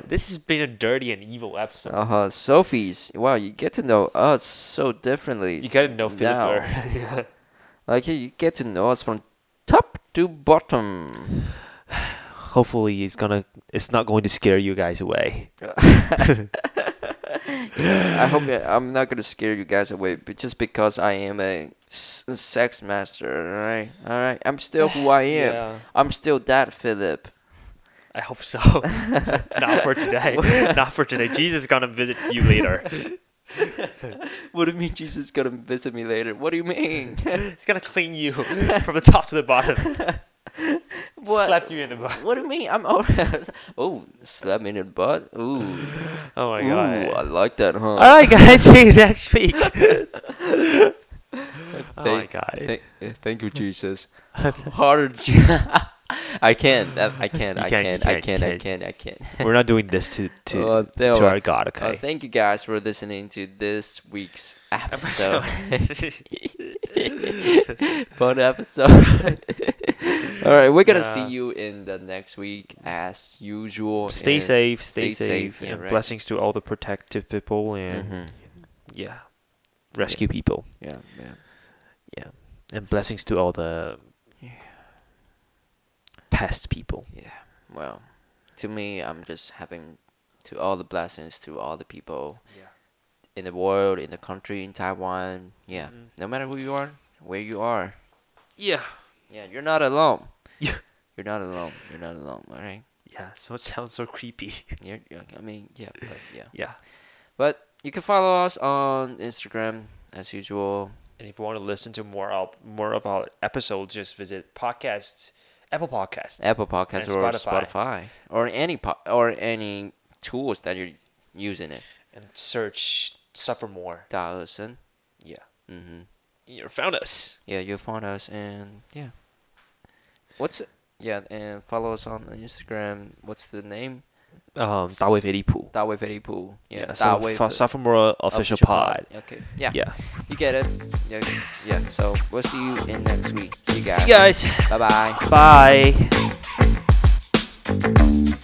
Speaker 2: This has been a dirty and evil episode.
Speaker 1: Uh huh. Sophie's, wow, you get to know us so differently.
Speaker 2: you gotta know
Speaker 1: now.
Speaker 2: Philipper.
Speaker 1: Like you get to know us from top to bottom.
Speaker 2: Hopefully, it's gonna. It's not going to scare you guys away.
Speaker 1: I hope that I'm not gonna scare you guys away, but just because I am a s- sex master, all right, all right. I'm still who I am.
Speaker 2: Yeah.
Speaker 1: I'm still that Philip.
Speaker 2: I hope so. not for today. not for today. Jesus is gonna visit you later.
Speaker 1: What do you mean Jesus gonna visit me later? What do you mean?
Speaker 2: It's gonna clean you from the top to the bottom.
Speaker 1: What?
Speaker 2: Slap you in the butt.
Speaker 1: What do you mean? I'm old. oh, slap me in the butt. Ooh.
Speaker 2: Oh my
Speaker 1: Ooh, I
Speaker 2: god.
Speaker 1: like that, huh?
Speaker 2: All right, guys. See you next week. oh my
Speaker 1: Thank- eh,
Speaker 2: god.
Speaker 1: Oh Thank, uh, thank you, Jesus. Harder, Je- I can't. that- I can't.
Speaker 2: You can't, you
Speaker 1: I can't. I
Speaker 2: can't,
Speaker 1: can't.
Speaker 2: you
Speaker 1: I can't. I can't. Oh,
Speaker 2: We're not doing this to to,
Speaker 1: Well, there
Speaker 2: to
Speaker 1: we-
Speaker 2: our God,
Speaker 1: Uh,
Speaker 2: okay?
Speaker 1: thank you guys for listening to this week's episode. Fun episode. All right, we're gonna see
Speaker 2: Yeah.
Speaker 1: you in the next week as usual.
Speaker 2: stay
Speaker 1: and
Speaker 2: safe, stay,
Speaker 1: stay
Speaker 2: safe,
Speaker 1: safe, yeah,
Speaker 2: and
Speaker 1: right.
Speaker 2: blessings to all the protective people and
Speaker 1: Mhm.
Speaker 2: yeah, rescue people.
Speaker 1: Yeah, yeah.
Speaker 2: Yeah, and blessings to all the past people.
Speaker 1: Well, to me, I'm just having to all the blessings to all the people
Speaker 2: Yeah.
Speaker 1: in the world, in the country, in Taiwan. Yeah,
Speaker 2: Mhm.
Speaker 1: no matter who you are, where you are.
Speaker 2: Yeah.
Speaker 1: Yeah, you're not alone.
Speaker 2: Yeah.
Speaker 1: You're not alone. You're not alone. All right.
Speaker 2: Yeah. So it sounds so creepy.
Speaker 1: You're, you're, I mean, yeah, but yeah.
Speaker 2: Yeah.
Speaker 1: But you can follow us on Instagram as usual.
Speaker 2: And if you want to listen to more of more of our episodes, just visit podcasts, Apple Podcasts.
Speaker 1: Apple Podcasts
Speaker 2: And
Speaker 1: or
Speaker 2: Spotify.
Speaker 1: Spotify. or any po- or any tools that you're using it.
Speaker 2: and search suffer more
Speaker 1: Dawson.
Speaker 2: yeah
Speaker 1: Mm-hmm.
Speaker 2: you found us
Speaker 1: Yeah, you'll find us and yeah. What's yeah, and follow us on Instagram. What's the name?
Speaker 2: um Pool.
Speaker 1: Dawei Fetty Pool. Yeah,
Speaker 2: so
Speaker 1: Dawei
Speaker 2: fa-
Speaker 1: Fe-
Speaker 2: suffer more official, pod,
Speaker 1: Okay. Yeah.
Speaker 2: yeah
Speaker 1: You get it. Yeah. Yeah. So we'll see you in next week. See you guys.
Speaker 2: see you guys
Speaker 1: Bye bye.
Speaker 2: bye